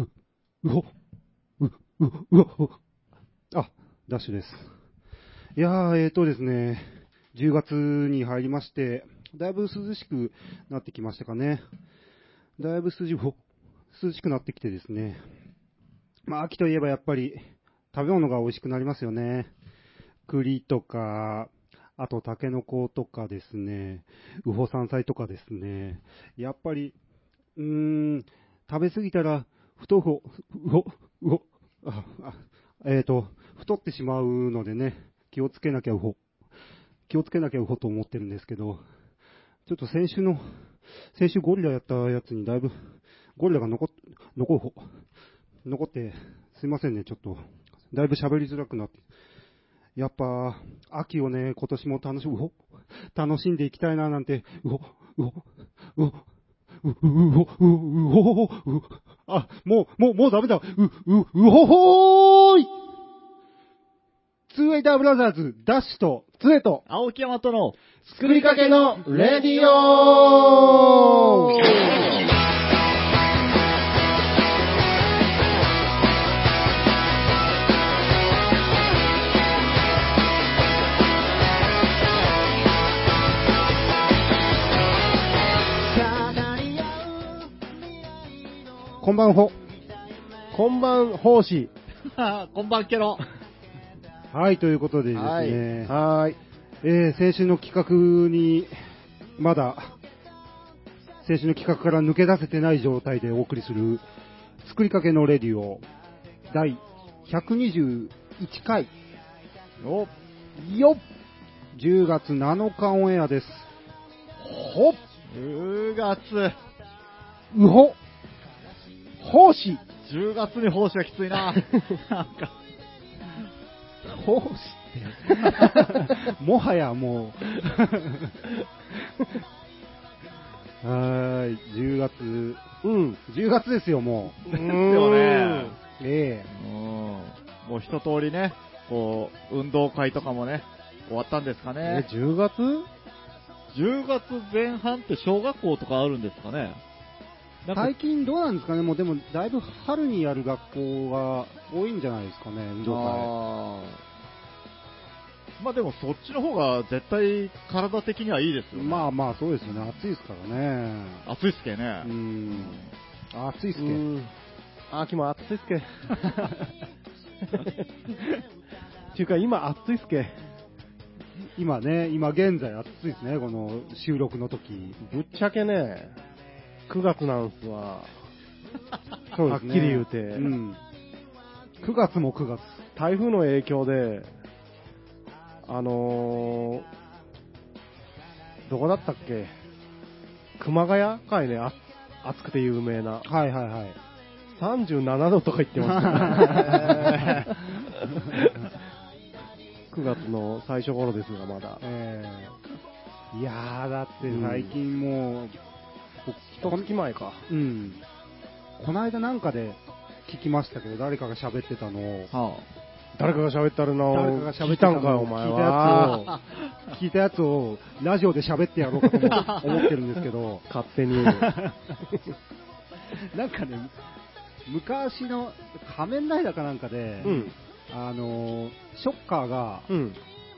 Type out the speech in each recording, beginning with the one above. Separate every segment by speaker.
Speaker 1: うほう、う、う、うほ。あ、ダッシュです。いやー、えーとですね、10月に入りまして、だいぶ涼しくなってきましたかね。だいぶ涼しほ涼しくなってきてですね。まあ、秋といえばやっぱり食べ物が美味しくなりますよね。栗とか、あとタケノコとかですね、ウホ山菜とかですね。やっぱり、うーん、食べ過ぎたら、太ほ、うほ、うほ、あ、あえーと、太ってしまうのでね、気をつけなきゃうほ、気をつけなきゃうほと思ってるんですけど、ちょっと先週の、先週ゴリラやったやつにだいぶ、ゴリラが残っ、残るほ、残って、すいませんね、ちょっと、だいぶ喋りづらくなって、やっぱ、秋をね、今年も楽しむ、うほ楽しんでいきたいななんて、うほ、うほ、うほ、う、う、うほ、う、うほほほ、う、あ、もう、もう、もうダメだ、う、う、うほほーいツーエイダーブラザーズ、ダッシュと、ツエと、
Speaker 2: 青木山と の
Speaker 1: 作りかけの
Speaker 2: レディ
Speaker 1: オこんばんほ。
Speaker 3: こんばん、奉仕。
Speaker 2: こんばんケロ。
Speaker 1: はい、ということでですね、
Speaker 2: はい
Speaker 3: はーい。
Speaker 1: えー先週の企画に、まだ、先週の企画から抜け出せてない状態でお送りする、作りかけのレディオ、第121回、
Speaker 2: お
Speaker 3: よっ
Speaker 1: 10月7日オンエアです。
Speaker 3: ほっ
Speaker 2: 10月。
Speaker 3: うほ奉仕
Speaker 2: 10月に奉仕はきついな。 なんか
Speaker 3: 奉仕
Speaker 1: もはやもう。はーい、10月、
Speaker 3: うん。
Speaker 1: 10月ですよ、も
Speaker 2: ですよね。
Speaker 1: う。え
Speaker 2: うん。もう一通りね、こう、運動会とかもね、終わったんですか
Speaker 3: え
Speaker 2: ね、。
Speaker 3: 10月
Speaker 2: 10月前半って小学校とかあるんですかね。
Speaker 1: え
Speaker 2: なんか
Speaker 1: 最近どうなんですかね、もうでも、だいぶ春にやる学校が多いんじゃないですかね、運動会。
Speaker 2: あーまあでもそっちの方が絶対体的にはいいですよ、ね。
Speaker 1: まあまあ、そうですよね、暑いですからね。
Speaker 2: あ。暑いっすけどね
Speaker 1: う。ん、暑いっす
Speaker 3: う
Speaker 1: けど、
Speaker 3: ん。秋も暑いっすけ。っていうか、今暑いっすけ。
Speaker 1: 今ね、今現在暑いですね、この収録の時
Speaker 3: ぶっちゃけね、9月なんすわ。
Speaker 1: そうですね
Speaker 3: はっきり言うて
Speaker 1: うん、9月も9月。
Speaker 3: 台風の影響で、あのー、どこだったっけ熊谷かいね、あ暑くて有名な。
Speaker 1: はいはいはい。
Speaker 3: 37度とか言ってま した、ね。9月の最初頃ですが、まだ。
Speaker 1: えーいやー、だって最近もう、
Speaker 3: 一月前か。
Speaker 1: うん、この間なんかで聞きましたけど、誰かが喋ってたのを、
Speaker 2: は
Speaker 3: 誰かが喋ったるな
Speaker 1: 誰かが
Speaker 3: 聞
Speaker 1: 喋って
Speaker 3: い
Speaker 1: た
Speaker 3: た
Speaker 1: の
Speaker 3: んかい、お前
Speaker 1: 聞いた
Speaker 3: は。
Speaker 1: やつを、聞いたやつをラジオで喋ってやろうかと思思ってるんですけ ど、
Speaker 3: 勝手に。
Speaker 1: なんかね、昔の仮面ライダーかなんかで、
Speaker 3: うん。
Speaker 1: あのーショッカーが、
Speaker 3: うん。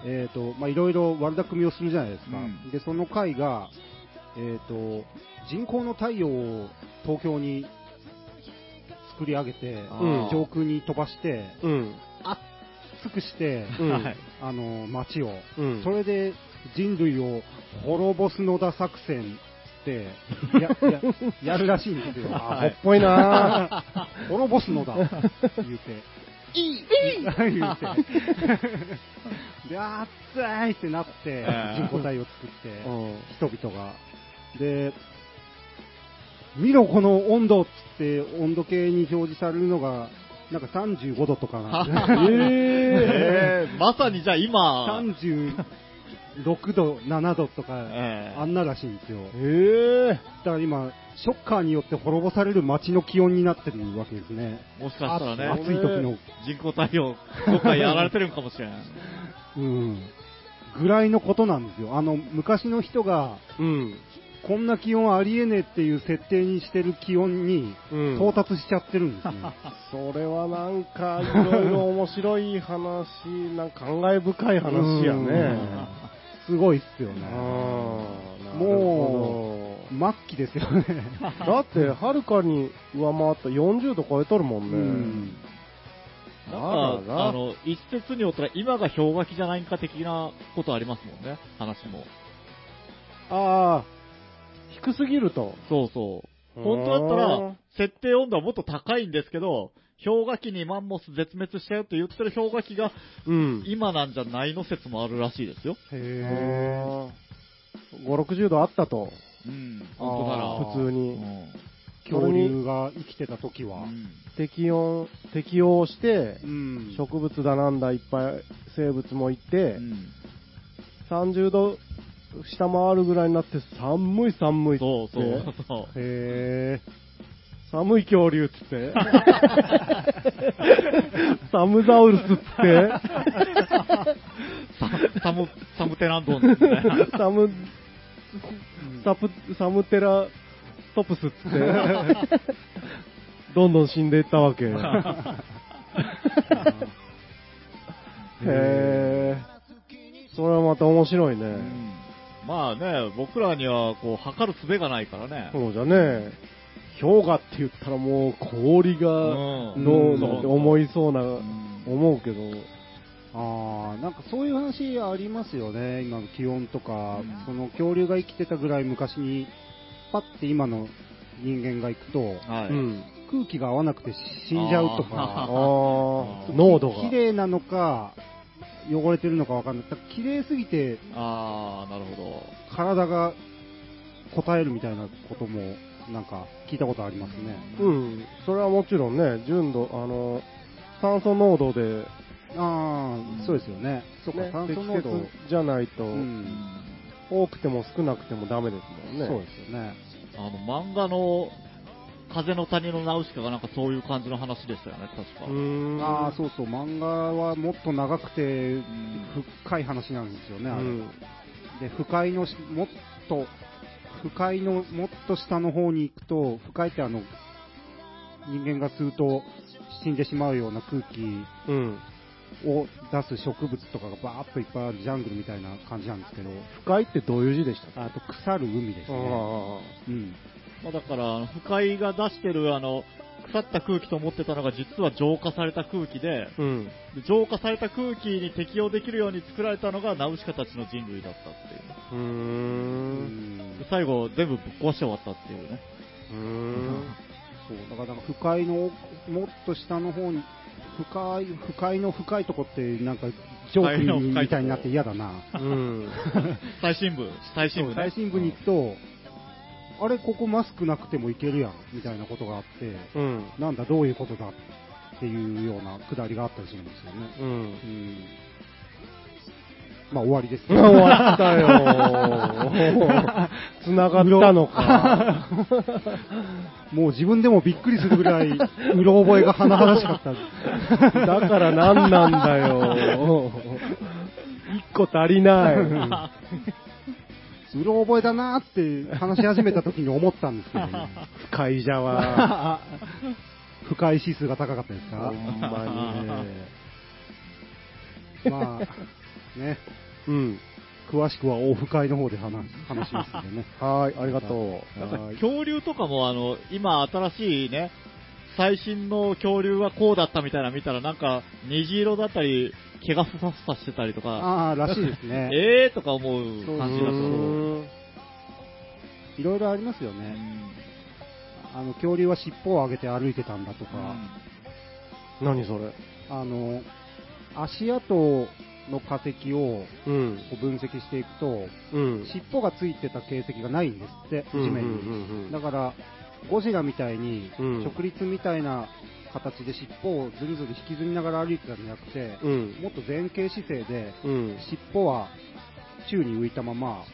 Speaker 1: えっ、と、まあ、いろいろ悪巧みをするじゃないですか。
Speaker 2: うん
Speaker 1: で、その回が、えっ、と、人工の太陽を東京に作り上げて、
Speaker 2: あ
Speaker 3: うん
Speaker 1: 上空に飛ばして、
Speaker 3: うん。
Speaker 1: 熱くして、
Speaker 3: うん
Speaker 2: はい
Speaker 1: あの、街を、
Speaker 3: うん
Speaker 1: それで人類を滅ぼすのだ作戦って、や、や、やるらしいんですよ。
Speaker 3: あ、
Speaker 2: は
Speaker 3: ほ
Speaker 2: い
Speaker 3: っぽいな
Speaker 1: 滅ぼすのだ、言うて。い いいい言うて。 で、あっついってなって、
Speaker 2: うん
Speaker 1: 人工体を作
Speaker 3: う
Speaker 1: っ
Speaker 3: ん。
Speaker 1: て、人々が。で、見ろこの温度っつって、温度計に表示されるのが、なんか35度とかなんで
Speaker 2: えーまさにじゃあ今、
Speaker 1: 36度、7度とか、
Speaker 2: えー
Speaker 1: あんならしいんですよ。
Speaker 3: ええ
Speaker 1: だから今、ショッカーによって滅ぼされる街の気温になってるわけですね。
Speaker 2: もしかしたらね、
Speaker 1: 暑い時の、
Speaker 2: 人工太陽、今回やられてるんかもしれない。
Speaker 1: うん、ぐらいのことなんですよ。あの、昔の人が、
Speaker 3: うん。
Speaker 1: こんな気温ありえねえっていう設定にしてる気温に
Speaker 3: うん
Speaker 1: 到達しちゃってるんですね。
Speaker 3: それはなんか、いろいろ面白い話、なんか感慨深い 話やね。
Speaker 1: うんすごいっすよ
Speaker 3: あ
Speaker 1: ね。
Speaker 3: ー
Speaker 1: も
Speaker 3: なるほ
Speaker 1: 末期ですよね。
Speaker 3: どだって、はるかに上回った40度超えとる も
Speaker 1: うんん
Speaker 3: ね。。
Speaker 2: なん
Speaker 3: あらら
Speaker 2: か、あの、一説によったら今が氷河期じゃないんか的なことありますもんね、話も。
Speaker 3: ああ、低すぎると。
Speaker 2: そうそう。本当だった
Speaker 3: う
Speaker 2: ら
Speaker 3: ん、
Speaker 2: 設定温度はもっと高いんですけど、氷河期にマンモス絶滅しちゃうって言ってる氷河期が
Speaker 3: うん。
Speaker 2: 今なんじゃないの説もあるらしいですよ。
Speaker 1: へー
Speaker 3: 5、60度あったと。
Speaker 2: うん。
Speaker 3: あ
Speaker 2: 本当なら。
Speaker 3: ー普通に
Speaker 1: 恐竜が生きてた時は。
Speaker 3: 適温、適応して
Speaker 1: う、ん
Speaker 3: 植物だなんだいっぱい生物もい
Speaker 2: うん。
Speaker 3: て、
Speaker 2: うん
Speaker 3: 30度下回るぐらいになって寒い寒いっつ
Speaker 2: そう
Speaker 3: って
Speaker 2: そうそう。
Speaker 1: へ
Speaker 3: 寒い恐竜っつって サムザウルスっつっ
Speaker 2: ササム、サムテランドンですね。
Speaker 3: てサムサプサムテラトプスっつってどんどん死んでいったわ けへえそれはまた面白いね、
Speaker 2: うんまあね、僕らには、こう、測る術がないからね。
Speaker 3: そうじゃね氷河って言ったらもう氷が
Speaker 2: うん
Speaker 3: の
Speaker 1: うん
Speaker 3: なんて思いそうな、
Speaker 2: ん
Speaker 3: 思うけど、
Speaker 1: ああ、なんかそういう話ありますよね、今の気温とか、
Speaker 2: うん
Speaker 1: その恐竜が生きてたぐらい昔に、パッて今の人間が行くと、
Speaker 2: はい。
Speaker 3: うん、
Speaker 1: 空気が合わなくて死んじゃうと
Speaker 3: ああ
Speaker 1: か、
Speaker 2: ー
Speaker 3: 濃度が
Speaker 1: 綺麗なのか、汚れてるのかわかんない、だから綺麗すぎて
Speaker 2: ああ、なるほど。
Speaker 1: 体が答えるみたいなことも、なんか聞いたことありますね。
Speaker 3: うん、それはもちろんね純度あの酸素濃度で、
Speaker 1: あ
Speaker 2: うん
Speaker 1: あ、そうですよね。そっか、
Speaker 3: ね、
Speaker 1: 酸素
Speaker 3: 適
Speaker 1: 濃度、
Speaker 3: 切じゃないと、
Speaker 1: うん、
Speaker 3: 多くても少なくてもダメですもんね
Speaker 1: そうですよね。
Speaker 2: あの、漫画の、風の谷のナウシカがなんかそういう感じの話でしたよね、確か。
Speaker 3: うーん
Speaker 1: ああ、そうそう、漫画はもっと長くて
Speaker 2: ん、
Speaker 1: 深い話なんですよね、
Speaker 3: う
Speaker 1: あれ。
Speaker 3: ん
Speaker 1: で、不快のし、もっと、不快のもっと下の方に行くと、不快ってあの、人間が吸うと死んでしまうような空気
Speaker 3: うん
Speaker 1: を出す植物とかがバーっといっぱいあるジャングルみたいな感じなんですけど、
Speaker 3: 不快ってどういう字でしたか
Speaker 1: あと腐る海ですね。
Speaker 3: あ
Speaker 1: うん。
Speaker 2: まあ、だから、あの不快が出してる、あの、腐った空気と思ってたのが実は浄化された空気で、
Speaker 3: ーうん
Speaker 2: で浄化された空気に適応できるように作られたのがナウシカたちの人類だったっていう
Speaker 3: ー
Speaker 1: うん
Speaker 2: う。で
Speaker 1: ん
Speaker 2: 最後、全部ぶっ壊して終わったっていうね。
Speaker 3: うーん
Speaker 1: そうだからなんか不快の奥もっと下の方に深い不快の深いとこってなんかジョークにみたいになって嫌だな
Speaker 3: うん
Speaker 2: 最新部、最新部ね。
Speaker 1: 最新部に行くと、あれここマスクなくてもいけるやんみたいなことがあって
Speaker 3: うん
Speaker 1: なんだどういうことだっていうようなくだりがあったりするんですよね
Speaker 3: う
Speaker 1: う
Speaker 3: ん
Speaker 1: んまあ終わりです
Speaker 3: 終わったよ。つながったのか。
Speaker 1: もう自分でもびっくりするぐらいうろ覚えが甚だしかった
Speaker 3: だから何なんだよ。一個足りない。
Speaker 1: うろ覚えだなーって話し始めた時に思ったんですけどね。
Speaker 3: 不快じゃわ。
Speaker 1: 不快指数が高かったです
Speaker 3: ほ
Speaker 1: か
Speaker 3: んまにね。
Speaker 1: まあ、ね、
Speaker 3: うん。
Speaker 1: 詳しくはオフ会の方で話話しますんでね。
Speaker 3: はーい、ありがとう。
Speaker 2: なん
Speaker 1: は
Speaker 2: か
Speaker 1: い
Speaker 2: 恐竜とかもあの今新しいね最新の恐竜はこうだったみたいなの見たらなんか虹色だったり毛がふさふさしてたりと か
Speaker 1: ああ、らしいですね。
Speaker 2: ええーとか思う感じだ
Speaker 1: う
Speaker 2: と
Speaker 3: ん
Speaker 1: いろいろありますよね。あの、恐竜は尻尾を上げて歩いてたんだとか、
Speaker 3: 何それ。
Speaker 1: あの、足跡の化石を
Speaker 3: うん。
Speaker 1: こう分析していくと、
Speaker 3: うん。
Speaker 1: 尻尾がついてた形跡がないんですって、地面に。
Speaker 3: に
Speaker 1: だから、ゴジラみたいに、
Speaker 3: うん
Speaker 1: 直立みたいな形で尻尾をずりずり引きずりながら歩いてたんじゃなくて、
Speaker 3: うん。
Speaker 1: もっと前傾姿勢で、
Speaker 3: うん。
Speaker 1: 尻尾は宙に浮いたまま、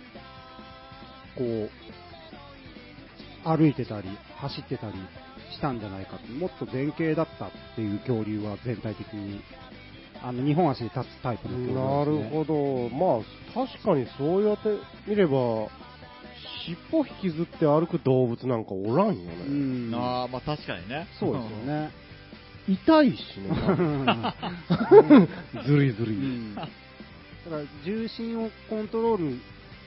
Speaker 1: こう、歩いてたり、走ってたりしたんじゃないかって、もっと前傾だったっていう恐竜は全体的に、あの、二本足で立つタイプの恐
Speaker 3: な
Speaker 1: 竜
Speaker 3: る
Speaker 1: です、ね。
Speaker 3: ほど、まあ確かにそうやって見れば、尻尾引きずって歩く動物なんかおらんよね。
Speaker 1: うん。
Speaker 2: ああ、まあ確かにね。
Speaker 1: そうですよね。
Speaker 3: 痛いしね、 ずりず
Speaker 1: う
Speaker 3: り。
Speaker 1: んだから重心をコントロール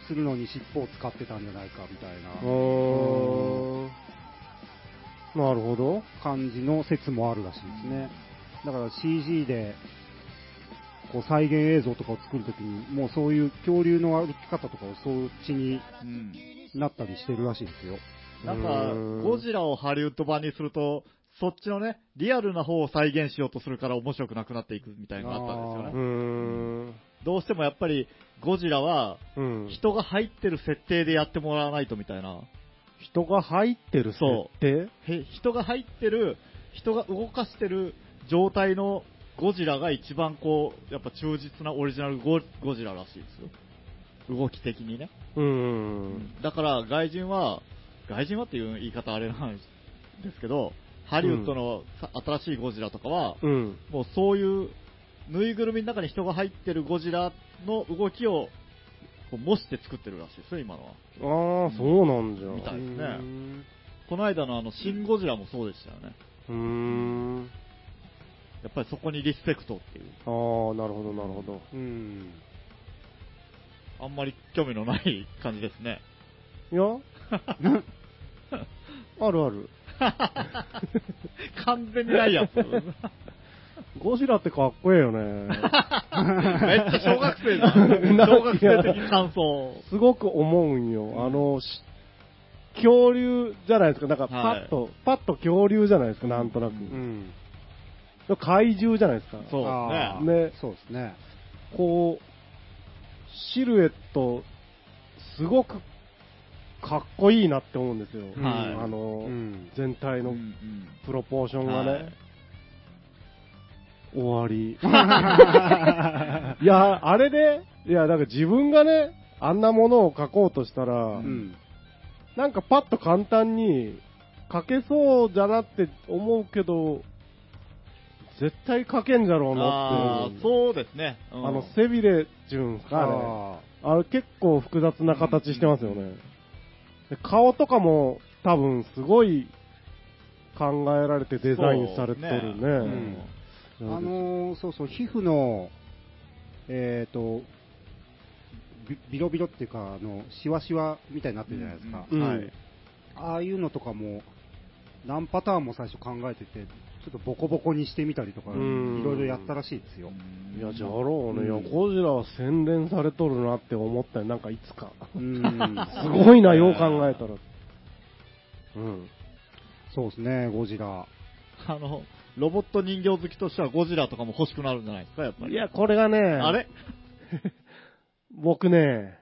Speaker 1: するのに尻尾を使ってたんじゃないかみたい
Speaker 3: あー
Speaker 1: な
Speaker 3: なるほど。
Speaker 1: 感じの説もあるらしいですね。だから CG でこう再現映像とかを作るときに、もうそういう恐竜の歩き方とかを装置に
Speaker 2: うん。
Speaker 1: なったりしてるらしいですよ。
Speaker 2: なんか
Speaker 3: うーん、
Speaker 2: ゴジラをハリウッド版にすると、そっちのね、リアルな方を再現しようとするから面白くなくなっていくみたいなのがあったんです
Speaker 3: う
Speaker 2: よ
Speaker 3: ー
Speaker 2: ね。
Speaker 3: ん。
Speaker 2: どうしてもやっぱり、ゴジラは、
Speaker 3: うん。
Speaker 2: 人が入ってる設定でやってもらわないとみたいな。
Speaker 3: 人が入ってる設定
Speaker 2: へ人が入ってる、人が動かしてる状態のゴジラが一番こう、やっぱ忠実なオリジナルゴゴジラらしいですよ。動き的にね。
Speaker 3: うーん。
Speaker 2: だから外人は、外人はっていう言い方あれなんですけど、ハリウッドのさ新しいゴジラとかは、
Speaker 3: うん。
Speaker 2: もうそういうぬいぐるみの中に人が入ってるゴジラの動きをこう模して作ってるらしいですよ、今のは。
Speaker 3: ああ、そうなんじゃ。
Speaker 2: みたいですね
Speaker 3: うーん
Speaker 2: この間のあの、シンゴジラもそうでしたよね。
Speaker 3: うーん。
Speaker 2: やっぱりそこにリスペクトっていう。
Speaker 3: ああ、なるほど、なるほど。
Speaker 1: うん。
Speaker 2: あんまり興味のない感じです ね。
Speaker 3: いやあるある。
Speaker 2: 完全にないやつ。めっ
Speaker 3: ゴジラってかっこええ よね。
Speaker 2: ちゃ小学生だ。 小学生的感想。
Speaker 3: すごく思うんよ。あの、し恐竜じゃないですか。なんかパ
Speaker 2: はい
Speaker 3: ッと、パッと恐竜じゃないですか、なんとなく。
Speaker 1: うん。
Speaker 3: 怪獣じゃないですか。
Speaker 2: そう
Speaker 1: あー
Speaker 2: で
Speaker 3: ね
Speaker 1: そうですね。
Speaker 3: こう、シルエット、すごくかっこいいなって思うんですよ。
Speaker 1: ん
Speaker 2: はい
Speaker 3: あの、
Speaker 1: うん
Speaker 3: 全体
Speaker 2: すね。
Speaker 3: の
Speaker 2: ん
Speaker 3: プロポーションがね、
Speaker 2: はい
Speaker 3: 終 わり。いや、あれね、いや、だから自分がね、あんなものを描こうとしたら、
Speaker 2: う
Speaker 1: うん。
Speaker 3: なんかパッと簡単に書けそうだなって思うけど、絶対書けんじゃろうな
Speaker 2: あ
Speaker 3: って
Speaker 2: あ、。そうですね。うん
Speaker 3: あの、背びれっていうんですか、あれ。
Speaker 1: あ
Speaker 3: あれ結構複雑な形してますよね。で顔とかも多分すごい考えられてデザインされてるね。
Speaker 2: そう
Speaker 1: あ
Speaker 3: うん
Speaker 1: のーそうそう、皮膚の、えっ、と、ビビロビロっていうか、あの、シワシワみたいになってるじゃないですか。
Speaker 3: うん
Speaker 1: はい。ああいうのとかも、何パターンも最初考えてて、ちょっとボコボコにしてみたりとか、い
Speaker 3: うん
Speaker 1: ろいろやったらしいですよ。
Speaker 3: いや、じゃ
Speaker 2: あ、
Speaker 3: ろうね。いや
Speaker 1: うん、
Speaker 3: ゴジラは洗練されとるなって思ったよ。なんかいつか。
Speaker 1: うん。
Speaker 3: すごいな、よう考えたら。うん。
Speaker 1: そうですね、ゴジラ。
Speaker 2: あの、ロボット人形好きとしてはゴジラとかも欲しくなるんじゃないですか、やっぱり。
Speaker 3: いや、これがね、
Speaker 2: あれ
Speaker 3: 僕ね、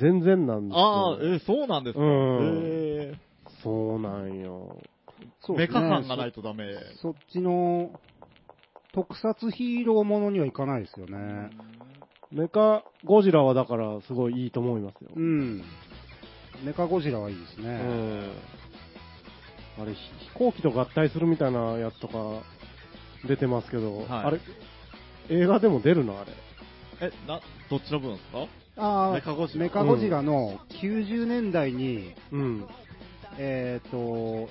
Speaker 3: 全然なんですよ。
Speaker 2: ああ、えーそうなんですか。
Speaker 3: うん
Speaker 2: え
Speaker 3: そうなんよ。
Speaker 1: そう
Speaker 2: メ
Speaker 1: です
Speaker 2: カ
Speaker 1: ね
Speaker 2: 感がないとダメ。
Speaker 1: そっちの、特撮ヒーローものにはいかないですよね。
Speaker 3: メカゴジラはだからすごいいいと思いますよ。
Speaker 1: うん。メカゴジラはいいですね。
Speaker 3: うんあれ、ひ飛行機と合体するみたいなやつとか出てますけど、
Speaker 2: はい
Speaker 3: あれ、映画でも出るのあれ。
Speaker 2: え、な、どっちの部分ですか
Speaker 1: あー
Speaker 2: メカゴジラ
Speaker 1: メカゴジラの90年代に、
Speaker 3: うん。
Speaker 1: えっ、と、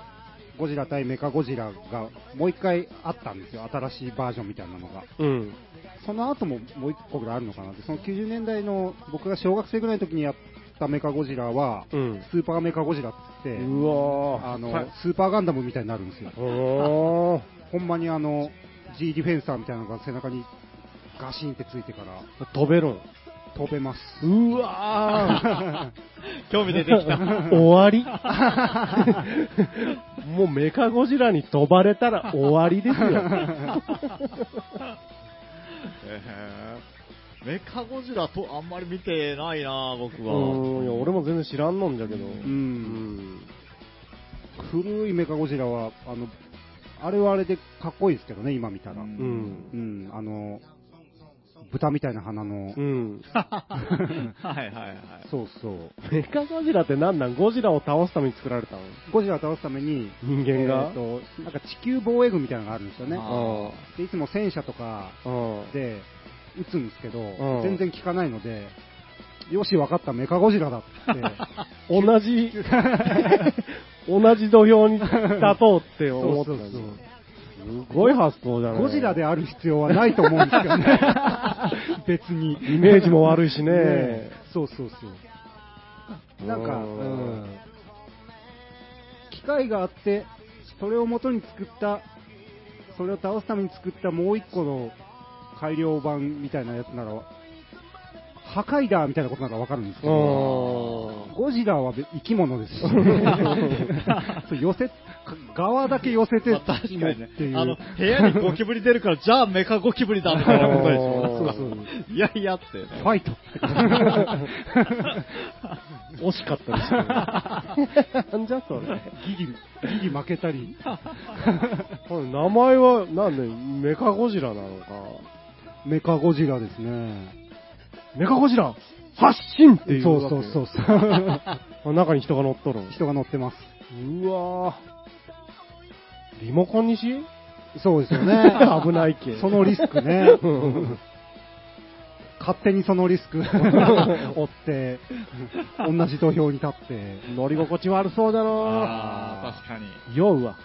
Speaker 1: ゴジラ対メカゴジラがもう一回あったんですよ、新しいバージョンみたいなのが。
Speaker 3: うん。
Speaker 1: その後ももう一個ぐらいあるのかなって、その90年代の僕が小学生ぐらいの時にやったメカゴジラは、
Speaker 3: うん。
Speaker 1: スーパーメカゴジラって言って、
Speaker 3: うわ
Speaker 1: あの、
Speaker 3: はい
Speaker 1: スーパーガンダムみたいになるんですよ。
Speaker 3: おー
Speaker 1: ほんまにあの、G ディフェンサーみたいなのが背中にガシンってついてから
Speaker 3: 飛べるん。
Speaker 1: 飛べます。
Speaker 3: うわ
Speaker 2: 興 味出てきた。
Speaker 3: ー終わり もうメカゴジラに飛ばれたら終わ りですよ。
Speaker 2: えーメカゴジラとあんまり見てないな僕
Speaker 3: う
Speaker 2: は。
Speaker 3: ん、いや、俺も全然知らんのんじゃけど。
Speaker 1: うん古いメカゴジラは、あの、あれはあれでかっこいいですけどね、今見たら。う、
Speaker 3: うんん。
Speaker 1: あの、豚みたいな鼻の
Speaker 3: う、ん。
Speaker 2: はいはいはい。
Speaker 1: そうそう。
Speaker 3: メカゴジラってなんなんゴジラを倒すために作られたの
Speaker 1: ゴジラを倒すために、
Speaker 3: 人間が、
Speaker 1: えーと、なんか地球防衛軍みたいなのがあるんですよね。
Speaker 2: あ
Speaker 1: でいつも戦車とか
Speaker 3: うん。
Speaker 1: で撃つんですけど、
Speaker 3: ん
Speaker 1: 全然効かないので、よし、わかった、メカゴジラだって。
Speaker 3: 同 じ、同じ土俵に立とうって思ったんですよ。すごい発想じゃない
Speaker 1: ゴジラである必要はないと思うんですけど ね。別に。
Speaker 3: イメージも悪いしね
Speaker 1: えそうそうそう。なんか、
Speaker 3: う
Speaker 1: うんん。機械があって、それを元に作った、それを倒すために作ったもう一個の改良版みたいなやつなら、破壊だみたいなことならわかるんですけど、
Speaker 3: う
Speaker 1: ゴジラはべ生き物ですし、 そう寄せ、側だけ寄せて
Speaker 2: まあ確かにね
Speaker 1: ってい。う。
Speaker 2: あの、部屋にゴキブリ出るから、じゃあメカゴキブリだみたいなことで しょ。
Speaker 3: そう
Speaker 2: いやいやってね。
Speaker 1: ファイト。
Speaker 3: ん惜しかったですね。なんじゃそれ。
Speaker 1: ギリ、ギリ負けたり。
Speaker 3: これ名前は、なんで、メカゴジラなのか。
Speaker 1: メカゴジラですね。
Speaker 3: メカゴジラ発進っていう。
Speaker 1: そうそうそうそう。
Speaker 3: う。中に人が乗っとる。
Speaker 1: 人が乗ってます。
Speaker 3: うわぁ。リモコンにし
Speaker 1: そうですよね。
Speaker 3: 危ないけ。
Speaker 1: そのリスクね。勝手にそのリスク負って、同じ土俵に立って、
Speaker 3: 乗り心地悪そうだ
Speaker 2: あ
Speaker 3: な
Speaker 2: あ、確かに。
Speaker 3: ぁ。酔うわ。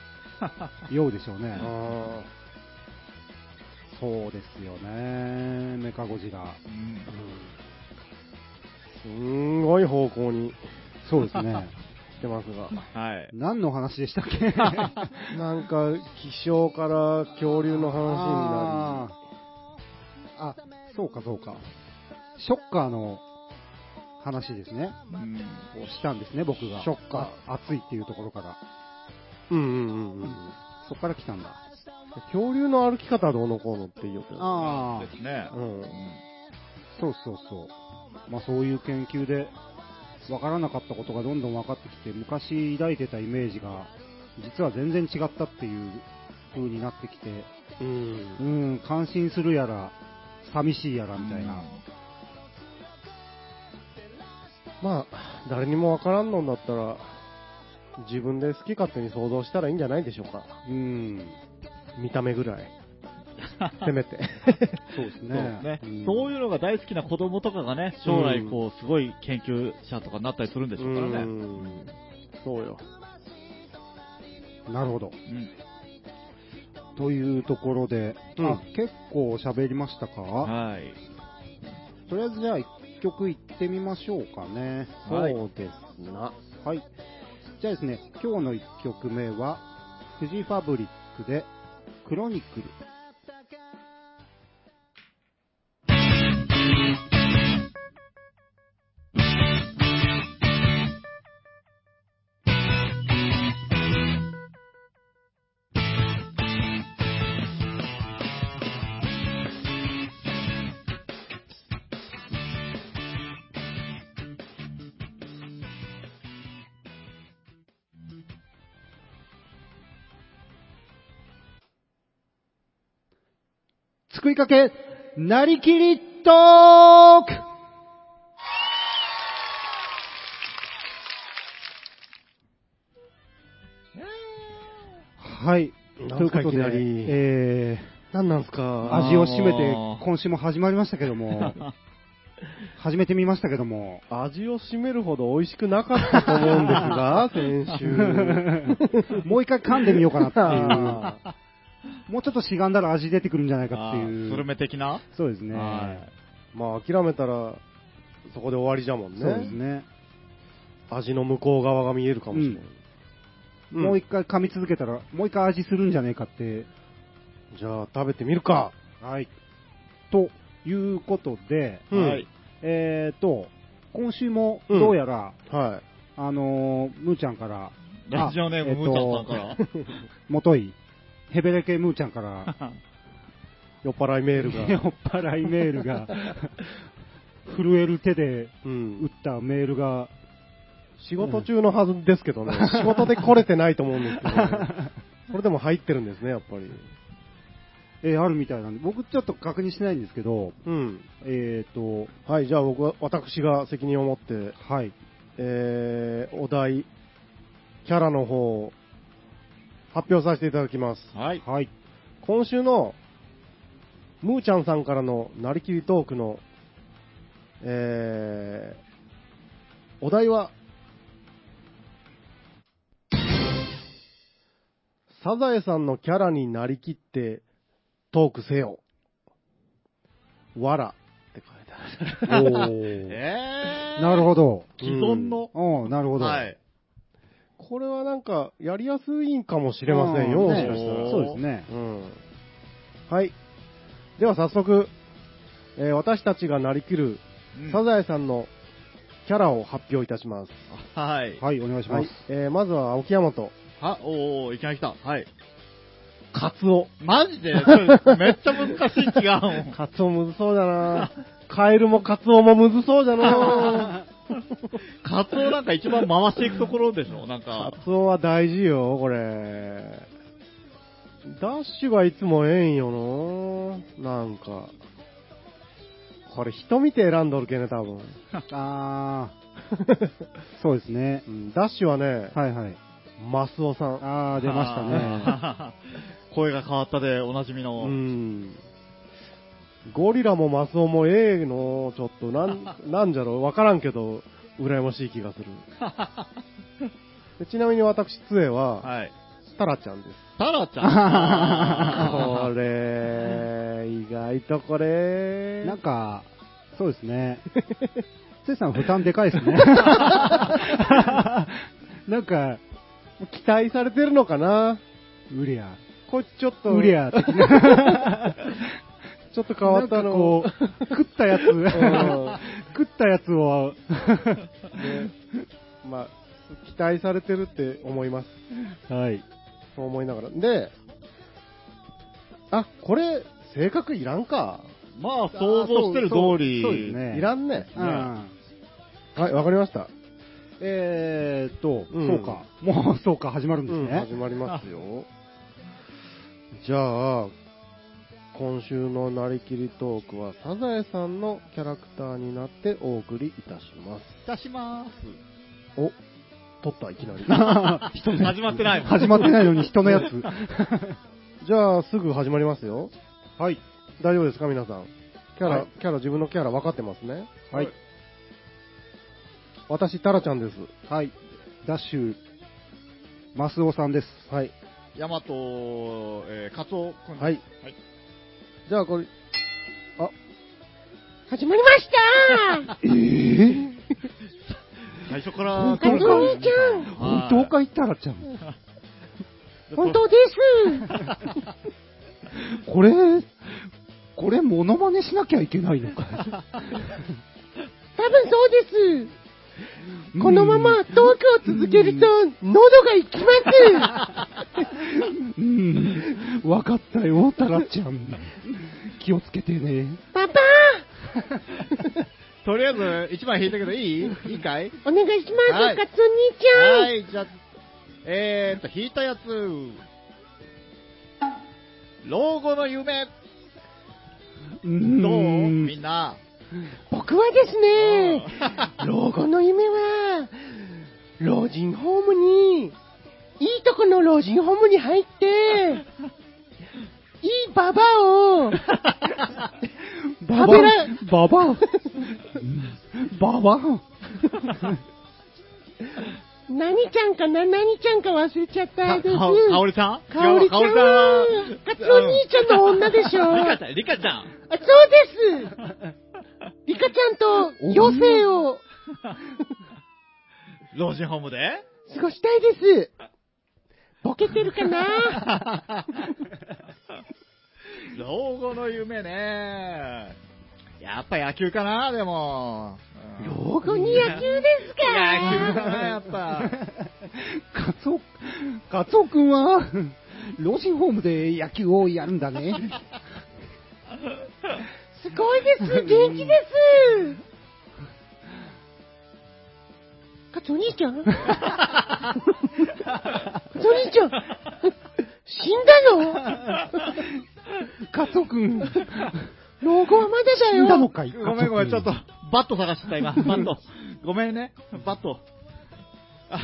Speaker 1: 酔うでしょうね。
Speaker 3: あ
Speaker 1: そうですよね。メカゴジラ。
Speaker 2: うん
Speaker 3: ーすんごい方向に
Speaker 1: そうですね。
Speaker 3: 来てますが。
Speaker 2: はい。
Speaker 1: 何の話でしたっけ
Speaker 3: なんか、気象から恐竜の話
Speaker 1: あーあ、そうかそうか。ショッカーの話ですね。
Speaker 2: うん
Speaker 1: をしたんですね、僕が。
Speaker 3: ショッカー
Speaker 1: あ暑いっていうところから。
Speaker 3: になり。うんうんうんうん。
Speaker 1: そっから来たんだ。
Speaker 3: 恐竜の歩き方どうのこうのって言うてる
Speaker 1: あ
Speaker 2: ですね。
Speaker 3: うん
Speaker 1: そうそうそう。まあそういう研究で、わからなかったことがどんどん分かってきて、昔抱いてたイメージが、実は全然違ったっていう風になってきて、
Speaker 3: うん
Speaker 1: う。ん、感心するやら、寂しいやらみたいな。
Speaker 3: まあ、誰にもわからんのんだったら、自分で好き勝手に想像したらいいんじゃないでしょうか。
Speaker 1: うん、
Speaker 3: 見た目ぐらい。せめて。
Speaker 1: そうです
Speaker 2: そうです
Speaker 1: ね
Speaker 2: ね。そういうのが大好きな子供とかがね、将来
Speaker 3: うん
Speaker 2: こう、すごい研究者とかになったりするんでしょうからね。う
Speaker 3: う
Speaker 2: ん
Speaker 3: んそうよ。
Speaker 1: なるほど。というところで、
Speaker 3: うん
Speaker 1: あ結構喋りましたか、
Speaker 2: はい。
Speaker 1: とりあえずじゃあ一曲いってみましょうかね。
Speaker 2: はい
Speaker 3: そうですな。
Speaker 1: はい。じゃあですね、今日の一曲目は、フジファブリックで、クロニクル。つくいかけ、なりきりトークはい。
Speaker 3: なんす
Speaker 1: と
Speaker 3: か
Speaker 1: いうこと
Speaker 3: いき
Speaker 1: で
Speaker 3: なり、
Speaker 1: え
Speaker 3: なんなんす
Speaker 1: ー
Speaker 3: か。
Speaker 2: あ
Speaker 1: 味を占め
Speaker 2: あ
Speaker 1: て
Speaker 2: ー
Speaker 1: 今週も始まりましたけど も、始めてみましたけども、
Speaker 3: 味を占めるほど美味しくなかったと思うんですが、先週。
Speaker 1: もう一回噛んでみようかなっていう、
Speaker 3: あー
Speaker 1: もうちょっとしがんだら味出てくるんじゃないか
Speaker 2: あ
Speaker 1: ってい
Speaker 2: ー
Speaker 1: う。
Speaker 2: スルメ的な
Speaker 1: そうですね。
Speaker 2: はい
Speaker 3: まあ、諦めたら、そこで終わりじゃもんね。
Speaker 1: そうですね。
Speaker 3: 味の向こう側が見えるかもしれない。うん
Speaker 1: もう一回噛み続けたら、もう一回味するんじゃねえかって。
Speaker 3: じゃあ、食べてみるか。
Speaker 1: はい。ということで、
Speaker 3: うん
Speaker 2: はい。
Speaker 1: えーと、今週もどうやら、
Speaker 3: は
Speaker 1: あのー、むーちゃんから、
Speaker 2: ラジオネーム、
Speaker 1: えっと
Speaker 2: むーちゃんさんから。
Speaker 1: もとい、ヘベレケむーちゃんから、
Speaker 3: い。酔っ払いメール
Speaker 1: 酔
Speaker 3: が。
Speaker 1: っ払いメールが、震える手で
Speaker 3: う
Speaker 1: 打っ
Speaker 3: ん。
Speaker 1: たメールが、
Speaker 3: 仕事中のはずですけどね。仕事で来れてないと思うんですけ ど、これでも入ってるんですね、やっぱり。
Speaker 1: えーあるみたいなんで、僕ちょっと確認してないんですけど、
Speaker 3: うん。
Speaker 1: えーと、
Speaker 3: はい、じゃあ僕は、私が責任を持って、
Speaker 1: はい。
Speaker 3: えー、お題、キャラの方を発表させていただきます。
Speaker 2: はい。
Speaker 1: はい。
Speaker 3: 今週の、むーちゃんさんからのなりきりトークのえー、お題は、サザエさんのキャラになりきってトークせよ。わらって書いてある。
Speaker 1: おー
Speaker 2: えー、
Speaker 1: なるほ
Speaker 2: ど。
Speaker 1: ど。
Speaker 2: 既存の、
Speaker 1: うん、なるほど。
Speaker 2: はい。
Speaker 3: これはなんか、やりやすいんかもしれませんよ、
Speaker 1: うん
Speaker 3: も
Speaker 1: ね
Speaker 3: しかしたら。
Speaker 1: そうですね。
Speaker 3: うんはい。では早速、えー私たちがなりきる
Speaker 2: うん
Speaker 3: サザエさんのキャラを発表いたします。
Speaker 2: はい。
Speaker 1: はい、お願いしま
Speaker 3: は
Speaker 1: す
Speaker 3: い。えーまずは青木山と、
Speaker 2: は、おー、いきなり来た。はい。
Speaker 3: カツオ。
Speaker 2: マジでそれめっちゃ難しい気が。もう
Speaker 3: カツオむずそうだなカエルもカツオもむずそうじゃな
Speaker 2: カツオなんか一番回していくところでしょなん
Speaker 3: カ
Speaker 2: か。
Speaker 3: ツオは大事よ、これ。ダッシュがいつもええんよななんか。これ人見て選んどるけね、多分。
Speaker 1: あー、そうですね
Speaker 3: う。んダッシュはね、
Speaker 1: はいはい。
Speaker 3: マスオさん。
Speaker 1: あー、出ましたね。
Speaker 2: あー。 声が変わったでおなじみの。
Speaker 3: うん。ゴリラもマスオもええの、ちょっと、 なん、なんじゃろう、わからんけど、羨ましい気がする。でちなみに私、杖は、
Speaker 2: はい。
Speaker 3: タラちゃん です。
Speaker 2: タラちゃ
Speaker 3: こ
Speaker 2: ん。
Speaker 3: れ、意外とこれ、
Speaker 1: なんか、そうですね。ついさん負担でかいですね。なんか、
Speaker 3: 期待されてるのかな
Speaker 1: うりゃ、
Speaker 3: これちょっと、
Speaker 1: うりゃ的な。
Speaker 3: ちょっと変わった
Speaker 1: なんか
Speaker 3: の
Speaker 1: こ。う、食ったやつ、
Speaker 3: ん
Speaker 1: 食ったやつを、
Speaker 3: ねまあ、期待されてるって思います。
Speaker 1: はい。
Speaker 3: そう思いながら。で、あ、これ、性格いらんか。
Speaker 2: まあ、想像してる通り。
Speaker 1: そうそうですね
Speaker 3: いらんね。
Speaker 1: うん。
Speaker 3: はい、わかりました。
Speaker 1: えーっと、
Speaker 3: うん
Speaker 1: そうか。もう、そうか、始まるんで
Speaker 3: う
Speaker 1: す
Speaker 3: ん、
Speaker 1: ね
Speaker 3: 始。まりますよ。じゃあ、今週のなりきりトークは、サザエさんのキャラクターになってお送りいたします。
Speaker 2: いたします。
Speaker 3: お、撮った、いきな り。
Speaker 2: 始まってないもん。
Speaker 1: 始まってないのに人のや つ。
Speaker 3: じゃあ、すぐ始まりますよ。
Speaker 1: はい。
Speaker 3: 大丈夫ですか、皆さん。キャラ、
Speaker 1: はい
Speaker 3: キャラ、自分のキャラ分かってますね。
Speaker 1: はい。
Speaker 3: 私、タラちゃんです。
Speaker 1: はい。ダッシュ、マスオさんです。
Speaker 3: はい。
Speaker 2: ヤマト、えー、カツオくん。
Speaker 3: はい。じゃあ、これ、あ、
Speaker 4: 始まりました
Speaker 1: えぇ
Speaker 2: 最初から、
Speaker 1: 本当か
Speaker 4: お兄ちゃん
Speaker 2: はい
Speaker 1: 本当か言ったらちゃん。
Speaker 4: 本当です
Speaker 1: これ、これ、モノマネしなきゃいけないのか。
Speaker 4: 多分そうですこのままトークを続けると、喉がいき ます
Speaker 1: うん。わかったよ、タラちゃん。気をつけてね。
Speaker 4: パパ
Speaker 2: とりあえず、一枚引いたけどいいいいかい
Speaker 4: お願いします、
Speaker 2: はい
Speaker 4: カツオ兄ちゃん
Speaker 2: はい、じゃあ、えーっと、引いたやつ。老後の夢、
Speaker 1: どう
Speaker 2: どうみんな。
Speaker 4: 僕はですね、
Speaker 3: 老
Speaker 4: この夢は、老人ホームに、いいとこの老人ホームに入って、いいババアを、
Speaker 1: バ
Speaker 4: 食べら
Speaker 1: ババアババア
Speaker 4: 何ちゃんかな、何ちゃんか忘れちゃったです。
Speaker 2: かかおりちゃん
Speaker 4: かおりちゃん
Speaker 2: 違うか
Speaker 4: は
Speaker 2: おり、
Speaker 4: カツオ兄ちゃんの女でしょ。
Speaker 2: リ
Speaker 4: あ
Speaker 2: カ、ちゃん、リカちゃん。
Speaker 4: そうです。リカちゃんと余生を
Speaker 2: 老人ホームで
Speaker 4: 過ごしたいです。ボケてるかな
Speaker 2: 老後の夢ね。やっぱ野球かな、でも。うん
Speaker 4: ここに野球です
Speaker 2: 野球だ
Speaker 4: か
Speaker 2: な、やっぱ。
Speaker 1: カツオ、カツオくんは、老人ホームで野球をやるんだね。
Speaker 4: すごいです。元気です。カツオ兄ちゃんカツオ 兄ちゃん死んだの
Speaker 1: カツオくん、
Speaker 4: 老後はまだだ
Speaker 1: 死
Speaker 4: よ。
Speaker 1: んだのかい
Speaker 2: ごめんごめん、ちょっと
Speaker 1: カツ、
Speaker 2: バット探してた、今。バット。ごめんね、バット。あ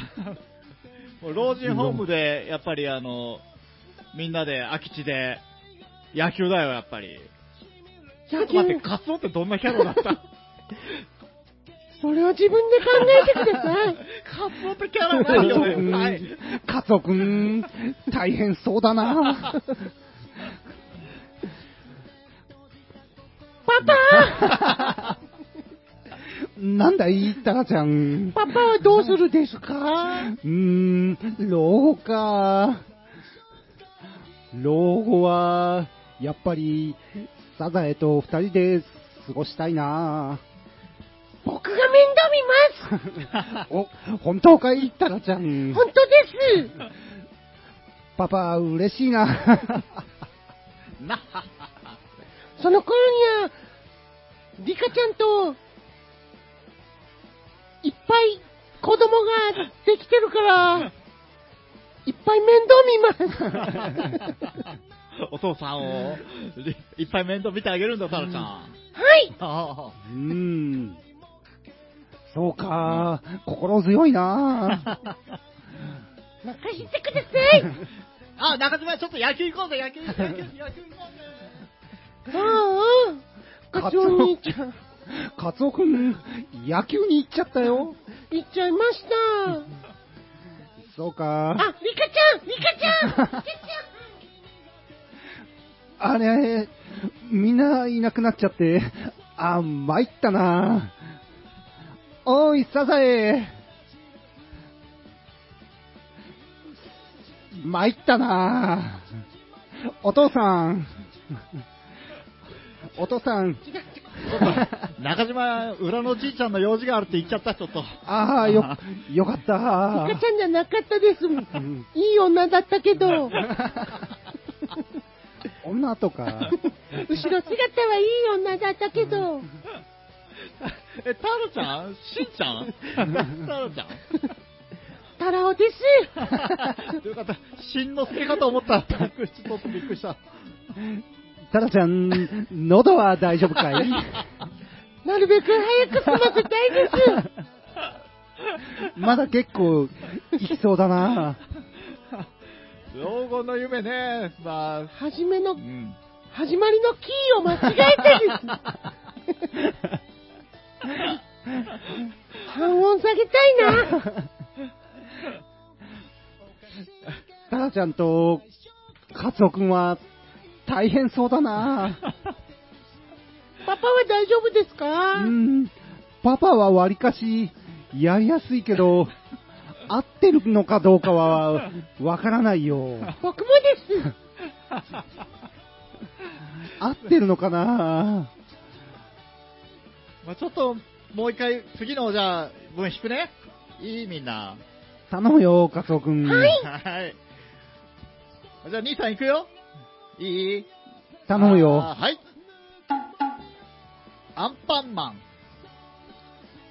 Speaker 2: もう老人ホームで、やっぱりあの、みんなで空き地で、野球だよ、やっぱり。
Speaker 4: 野
Speaker 2: ちょっと待っ
Speaker 4: 球
Speaker 2: て、カツオってどんなキャラだった
Speaker 4: それは自分で考えてください。
Speaker 2: カツオってキャラない よね。はい。
Speaker 1: カツオくん、大変そうだな。
Speaker 4: パパ
Speaker 1: なんだい、タラちゃん。
Speaker 4: パパはどうするですか
Speaker 1: うーん、老後か。老後は、やっぱり、サザエと二人で過ごしたいな。
Speaker 4: 僕が面倒見ま
Speaker 1: お、本当かい、タラちゃん
Speaker 4: す。本当です。
Speaker 1: パパ、嬉しいな。
Speaker 2: な
Speaker 4: その頃には、リカちゃんと、いっぱい子供ができてるから、いっぱい面倒見ます。
Speaker 2: お父さんを、いっぱい面倒見てあげるんだ、タラちゃん。
Speaker 4: はい。
Speaker 2: ああ
Speaker 1: うーん。そうか、心強いな。
Speaker 4: 任せてください。
Speaker 2: あ、中島、ちょっと野球行こうぜ、野球、野球、野球行こ
Speaker 4: うんうん。
Speaker 1: カ
Speaker 4: 課
Speaker 1: ツオ
Speaker 4: 長に行っちゃ
Speaker 1: カツオくん、野球に行っちゃったよ。
Speaker 4: 行っちゃいま した。
Speaker 1: そうか。
Speaker 4: あ、リカちゃんリカちゃんリカちゃん
Speaker 1: あれ、みんないなくなっちゃって、あ、参ったな。おい、サザエ。参ったな。お父さん。お父さん。
Speaker 2: う。中島、裏のじいちゃんの用事があるって言っちゃった、ちょっと。
Speaker 1: ああ、よ、よかった
Speaker 4: リカ。ちゃんじゃなかったです。
Speaker 1: ん
Speaker 4: いい女だった けど、後 ろ
Speaker 1: 女とか。
Speaker 4: 姿はいい女だったけど、
Speaker 2: え、タロちゃんしんちゃ んタロちゃ
Speaker 4: タラオです。
Speaker 2: んよかった。しんのすけかと思った。ちょっとびっくりした。
Speaker 1: タラちゃん、喉は大丈夫かい
Speaker 4: なるべく早く済ませたいです。
Speaker 1: まだ結構、いきそうだな。
Speaker 2: 老後の夢ね。まあ、
Speaker 4: はじめの
Speaker 2: う、 ん。
Speaker 4: 始まりのキーを間違え たです。半音下げたいな。
Speaker 1: タラちゃんと、カツオくんは、大変そうだな。
Speaker 4: パパは大丈夫ですか
Speaker 1: うん。パパはわりかし、やりやすいけど、合ってるのかどうかは、わからないよ。
Speaker 4: 僕もです。
Speaker 1: 合ってるのかな
Speaker 2: まあ、ちょっと、もう一回、次の、じゃあ、分引くね。いいみんな。
Speaker 1: 頼むよ、カツオくん。
Speaker 2: はい。じゃあ、兄さん行くよ。いい
Speaker 1: 頼むよ
Speaker 2: あ。ーはい。アンパンマン。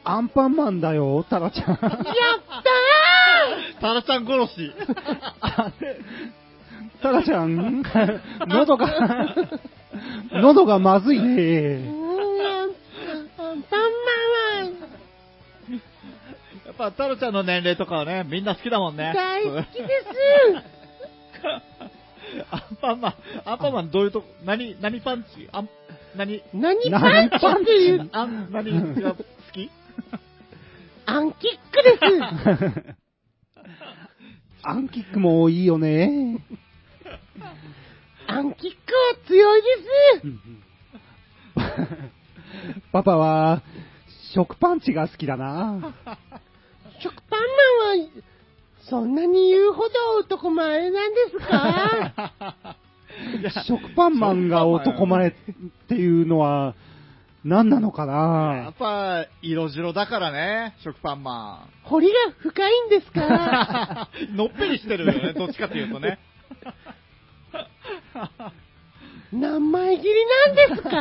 Speaker 1: アンパンマンだよ、タラちゃん。
Speaker 4: やった
Speaker 2: タラちゃん殺 し。
Speaker 1: タラちゃ ん、喉が、喉がまずい
Speaker 4: ーう
Speaker 1: ね。
Speaker 4: んアンアンパンマンは
Speaker 2: やっぱタロちゃんの年齢とかはね、みんな好きだもんね。
Speaker 4: 大好きです。
Speaker 2: アンパンマン、アンパンマンどういうとこ、何、何パンチアン、何、
Speaker 4: 何パンチっていう、
Speaker 2: アン、何が好き
Speaker 4: アンキックです。
Speaker 1: アンキックもいいよね。
Speaker 4: アンキックは強いです。
Speaker 1: パパは、食パンチが好きだな。
Speaker 4: 食パンマンは、そんなに言うほど男前なんです か
Speaker 2: いや
Speaker 1: 食パンマンが男前っていうのは、何なのか
Speaker 2: や
Speaker 1: な
Speaker 2: っぱ、色白だからね、食パンマ
Speaker 4: 彫りが深いんですか
Speaker 2: ン。のっぺりしてるよね、どっちかっていうとね。
Speaker 4: 何枚切りなんですか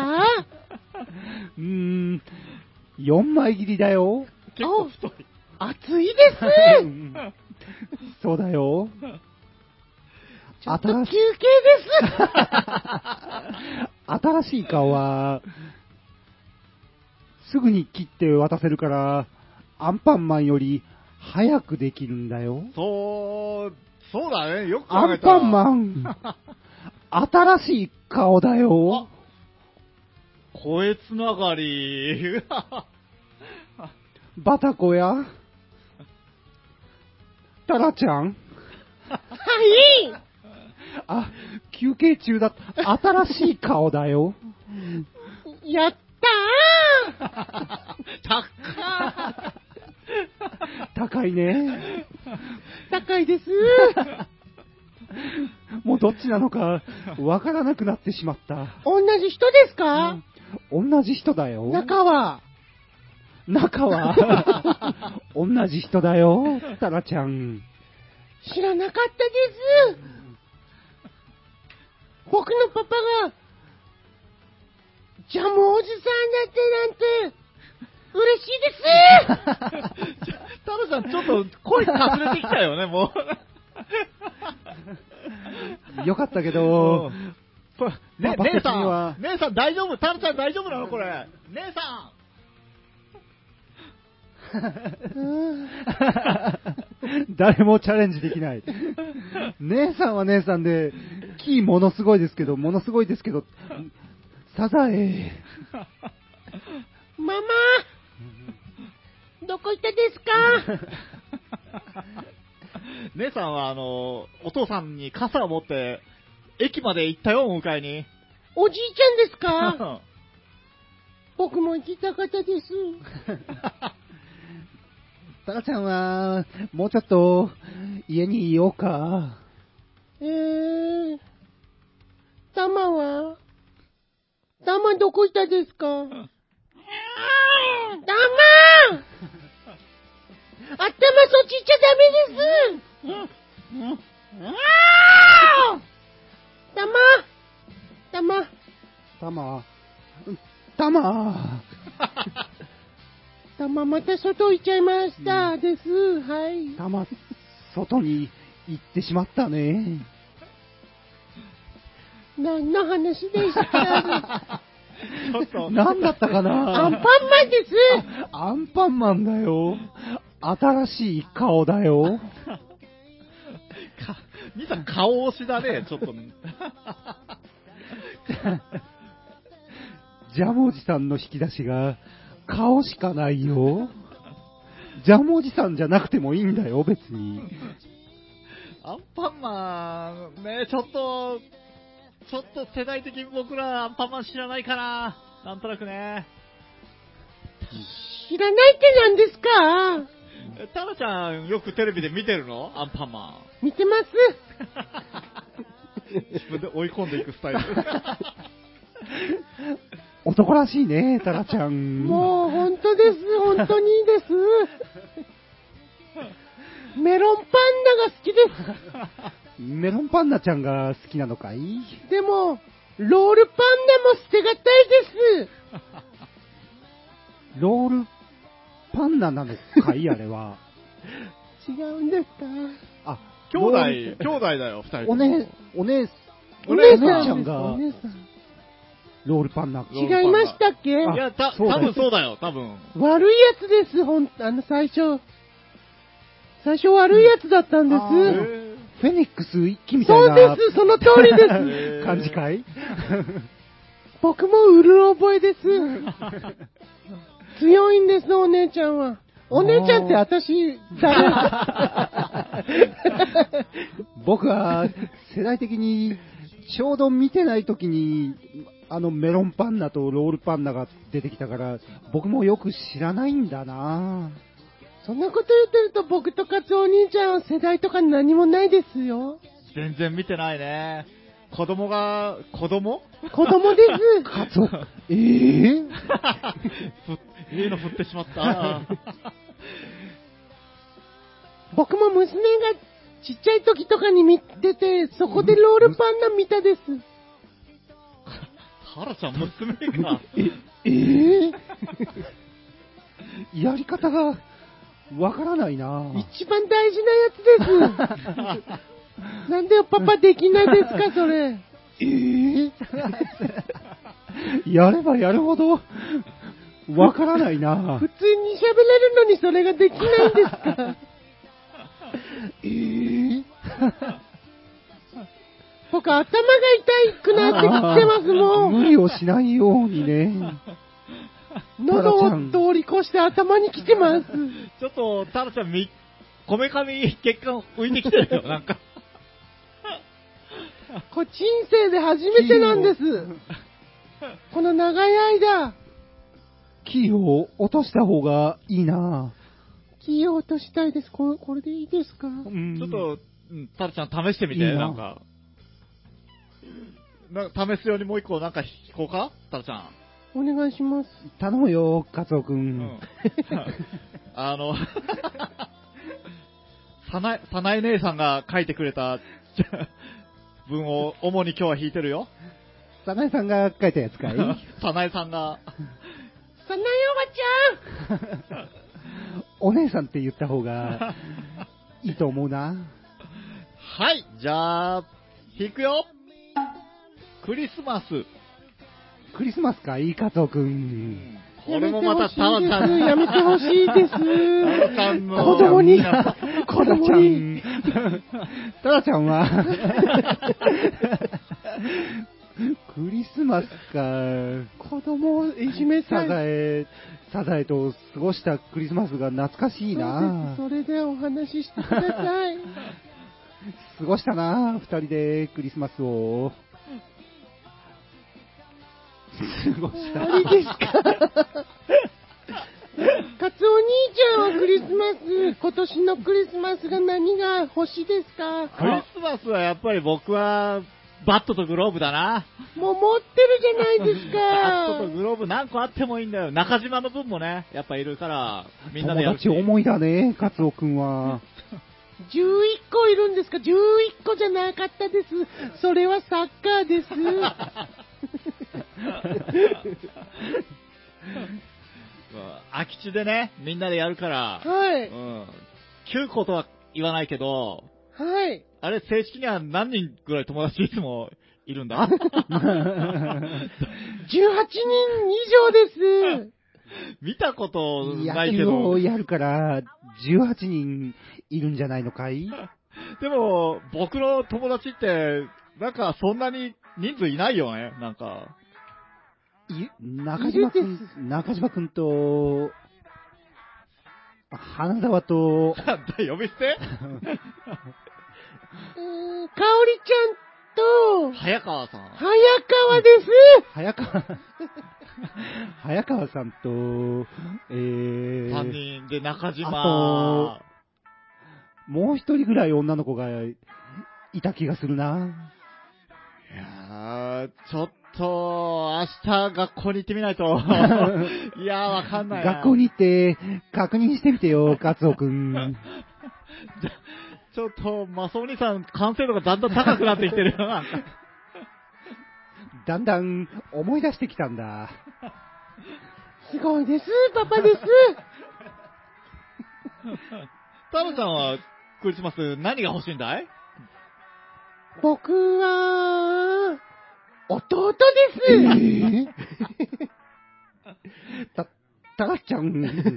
Speaker 1: うーん、4枚切りだよ。
Speaker 2: 結構太い。
Speaker 4: 熱いです
Speaker 1: うんそうだよ。
Speaker 4: ちょっと休
Speaker 1: 新し
Speaker 4: 憩で
Speaker 1: い
Speaker 4: す
Speaker 1: 新しい顔は、すぐに切って渡せるから、アンパンマンより早くできるんだよ。
Speaker 2: そう、そうだね、よく考
Speaker 1: ア
Speaker 2: え
Speaker 1: ン
Speaker 2: た
Speaker 1: パ
Speaker 2: ら
Speaker 1: ンマン、新しい顔だよ。
Speaker 2: 声つながり。
Speaker 1: バタコや、タラちゃん、
Speaker 4: はい
Speaker 1: あ、休憩中だ。新しい顔だよ。
Speaker 4: やった ー
Speaker 1: 高いね。
Speaker 4: 高いです
Speaker 1: もうどっちなのか、わからなくなってしまった。
Speaker 4: 同じ人ですか、
Speaker 1: 同じ人だよ。
Speaker 4: 中は。
Speaker 1: 中は、同じ人だよ。タラちゃん。
Speaker 4: 知らなかったです僕のパパが、ジャムおじさんだってなんて、嬉しいです
Speaker 2: タロさん、ちょっと声かすれてきたよね、も
Speaker 1: よかったけ
Speaker 2: う。
Speaker 1: ど、
Speaker 2: うね
Speaker 1: パパ
Speaker 2: 姉
Speaker 1: 的に
Speaker 2: さ
Speaker 1: は
Speaker 2: ん、姉さん大丈夫タロちゃん大丈夫なのこれ。姉さ
Speaker 1: 誰もチャレンジできない。姉さんは姉さんで、キーものすごいですけど、ものすごいですけど、サザエ、
Speaker 4: ママ、どこ行ったですか
Speaker 2: ん姉さんは、あの、お父さんに傘を持って、駅まで行ったよ、お迎えに。
Speaker 4: おじいちゃんです か僕も行きたかったです。
Speaker 1: タラちゃんは、もうちょっと、家にいようか。
Speaker 4: えー、タマはタマどこ行ったですかタマー頭そっち行っちゃダメですタマタマ
Speaker 1: タマ、タマ、
Speaker 4: タマまた外行っちゃいましたです。はい。
Speaker 1: タマ、外に行ってしまった ね。
Speaker 4: 何の話でした
Speaker 2: ちょっと、
Speaker 1: なんだったかな
Speaker 4: アンパンマンです
Speaker 1: アンパンマンだよ。新しい顔だよ。
Speaker 2: か、兄さん顔押しだね、ちょっと。
Speaker 1: ジャムおじさんの引き出しが顔しかないよ。ジャムおじさんじゃなくてもいいんだよ、別に。
Speaker 2: アンパンマン、ね、ちょっと、ちょっと世代的に僕らアンパンマン知らないかな。なんとなくね。
Speaker 4: 知らないって何ですか
Speaker 2: えタラちゃん、よくテレビで見てるのアンパンマン。
Speaker 4: 見てます
Speaker 2: 自分で追い込んでいくス タイル。
Speaker 1: 男らしいね、タラちゃん。
Speaker 4: もう本当です、本当にいいです。メロンパンナが好きで
Speaker 1: メロンパンナちゃんが好きなのかい
Speaker 4: す。でも、ロールパンナも捨てがたいです。
Speaker 1: ロールパンナなのかいあれは。
Speaker 4: 違うんですか
Speaker 1: あ、
Speaker 2: 兄弟、兄弟だよ、二人とも。
Speaker 1: お姉、お姉、
Speaker 2: お姉さん
Speaker 1: ちゃん
Speaker 4: お
Speaker 1: が
Speaker 4: 姉さん
Speaker 1: ロールパンナ。
Speaker 2: ロールパンナ
Speaker 4: 違いましたっけ
Speaker 2: いや、た、
Speaker 1: そうだ
Speaker 2: 多
Speaker 1: よ
Speaker 2: 分そうだよ、多分。
Speaker 4: 悪いやつです、ほん、あの、最初。最初悪いやつだったんで
Speaker 1: あー
Speaker 4: す。
Speaker 2: え
Speaker 1: フェニックス一気みたい
Speaker 4: そう
Speaker 1: な。
Speaker 4: です、その通りです。
Speaker 2: ー
Speaker 1: 感じかい
Speaker 4: 僕もうる覚えです。強いんです、お姉ちゃんは。お姉ちゃんって私、だよ
Speaker 1: 僕は世代的にちょうど見てない時にあのメロンパンナとロールパンナが出てきたから僕もよく知らないんだな
Speaker 4: そんなこと言ってると僕とかつお兄ちゃんは世代とか何もないですよ。
Speaker 2: 全然見てないね。子供が、子 供
Speaker 4: 子供です。
Speaker 1: カツオええ
Speaker 2: ふいいの振ってしまった。
Speaker 4: 僕も娘がちっちゃい時とかに見てて、そこでロールパンナ見たです。
Speaker 2: タラちゃん、娘が。
Speaker 1: ええ やり方がわからないな
Speaker 4: 一番大事なやつ です。なんでよパパできないですか、それ。
Speaker 1: ええやればやるほどわからないな
Speaker 4: 普通に喋れるのにそれができないんですか
Speaker 1: ええ
Speaker 4: 僕頭が痛くなってきてますもん
Speaker 1: 無理をしないようにね。
Speaker 4: 喉
Speaker 1: タ
Speaker 4: を
Speaker 1: ラちゃん
Speaker 4: 通り越して頭に来て ます。
Speaker 2: ちょっと、タラちゃんみ、こめかみ血管浮いてきて るよ、なんか。
Speaker 4: これ人生で初めてなんです。この長い間、
Speaker 1: キーを落とした方がいいな
Speaker 4: キーを落としたいです。ここれでいいですか
Speaker 1: ぁ。
Speaker 2: ちょっと、うんタラちゃん試してみ
Speaker 1: い
Speaker 2: て、
Speaker 1: いな
Speaker 2: なんか。なんか試すよりもう一個なんか引こうかタラちゃん。
Speaker 4: お願いします。
Speaker 1: 頼むよ、カツオく。。
Speaker 2: うん あの、 さな、さない姉さんが書いてくれた文を主に今日は引いてるよ。
Speaker 1: サナエさんが書いたやつかい
Speaker 2: さないさんが。
Speaker 4: さないおばちゃん
Speaker 1: お姉さんって言った方がいいと思うな。
Speaker 2: はい、じゃあ、引くよクリスマス。
Speaker 1: クリスマスかい、カツオくん。
Speaker 2: これもまたタラちゃん。
Speaker 4: やめてほしい です。
Speaker 2: タ
Speaker 4: やめ
Speaker 2: ラ
Speaker 4: て
Speaker 2: ち
Speaker 4: ほしい
Speaker 2: ゃ
Speaker 4: です。
Speaker 2: んの。
Speaker 4: 子供に、
Speaker 2: みんな
Speaker 4: 子供に、
Speaker 1: タラちゃん は、クリスマスか、
Speaker 4: 子供をいじめた
Speaker 1: サ
Speaker 4: い。
Speaker 1: ザエ、サザエと過ごしたクリスマスが懐かしいな
Speaker 4: そうですそれでお話ししてください。
Speaker 1: 過ごしたな二人でクリスマスを。過ごし
Speaker 4: 終
Speaker 1: た。
Speaker 4: わりですかカツオ兄ちゃんはクリスマス、今年のクリスマスが何が欲しいですか
Speaker 2: クリスマスはやっぱり僕は、バットとグローブだな。
Speaker 4: もう持ってるじゃないです
Speaker 2: バットと
Speaker 4: か。
Speaker 2: グローブ何個あってもいいんだよ。中島の分もね、やっぱいるから、みんなでや
Speaker 1: 友
Speaker 2: るし。
Speaker 1: 達思いだね、カツオくんは。
Speaker 4: 11個いるんですか ?11 個じゃなかったです。それはサッカーです。
Speaker 2: うん空き地でね、みんなでやるから、
Speaker 4: は
Speaker 2: う
Speaker 4: い。
Speaker 2: ん。9個とは言わないけど、
Speaker 4: はい。
Speaker 2: あれ正式には何人ぐらい友達いつもいるん だ
Speaker 4: 18人以上です。
Speaker 2: 見たことな
Speaker 1: 野
Speaker 2: いけ
Speaker 1: 球
Speaker 2: ど
Speaker 1: を。やるから、18人いるんじゃないのかい
Speaker 2: でも、僕の友達って、なんかそんなに人数いないよね、なんか。
Speaker 1: い中島く
Speaker 4: いるで
Speaker 1: ん、中島くんと、花沢と、
Speaker 2: 呼び捨て
Speaker 4: うーんかおりちゃんと、
Speaker 2: 早川さん。
Speaker 4: 早川です。
Speaker 1: 早川、早 川さんと、え
Speaker 2: 3
Speaker 1: ー、
Speaker 2: 人で中
Speaker 1: あ
Speaker 2: 島。
Speaker 1: もう一人ぐらい女の子がいた気がするな。
Speaker 2: いやー、ちょっと、明日学校に行ってみない と。いやー、わかんないな。
Speaker 1: 学校に行って、確認してみてよ、カツオくん。
Speaker 2: ちょっと、マスオ兄さん、完成度がだんだん高くなってきてるよ な。
Speaker 1: だんだん思い出してきたんだ。
Speaker 4: すごいです、パパです。
Speaker 2: タロさんは、クリスマス何が欲しいんだい
Speaker 4: 僕は、弟
Speaker 1: え
Speaker 4: です。
Speaker 1: ー、 た、たらちゃん。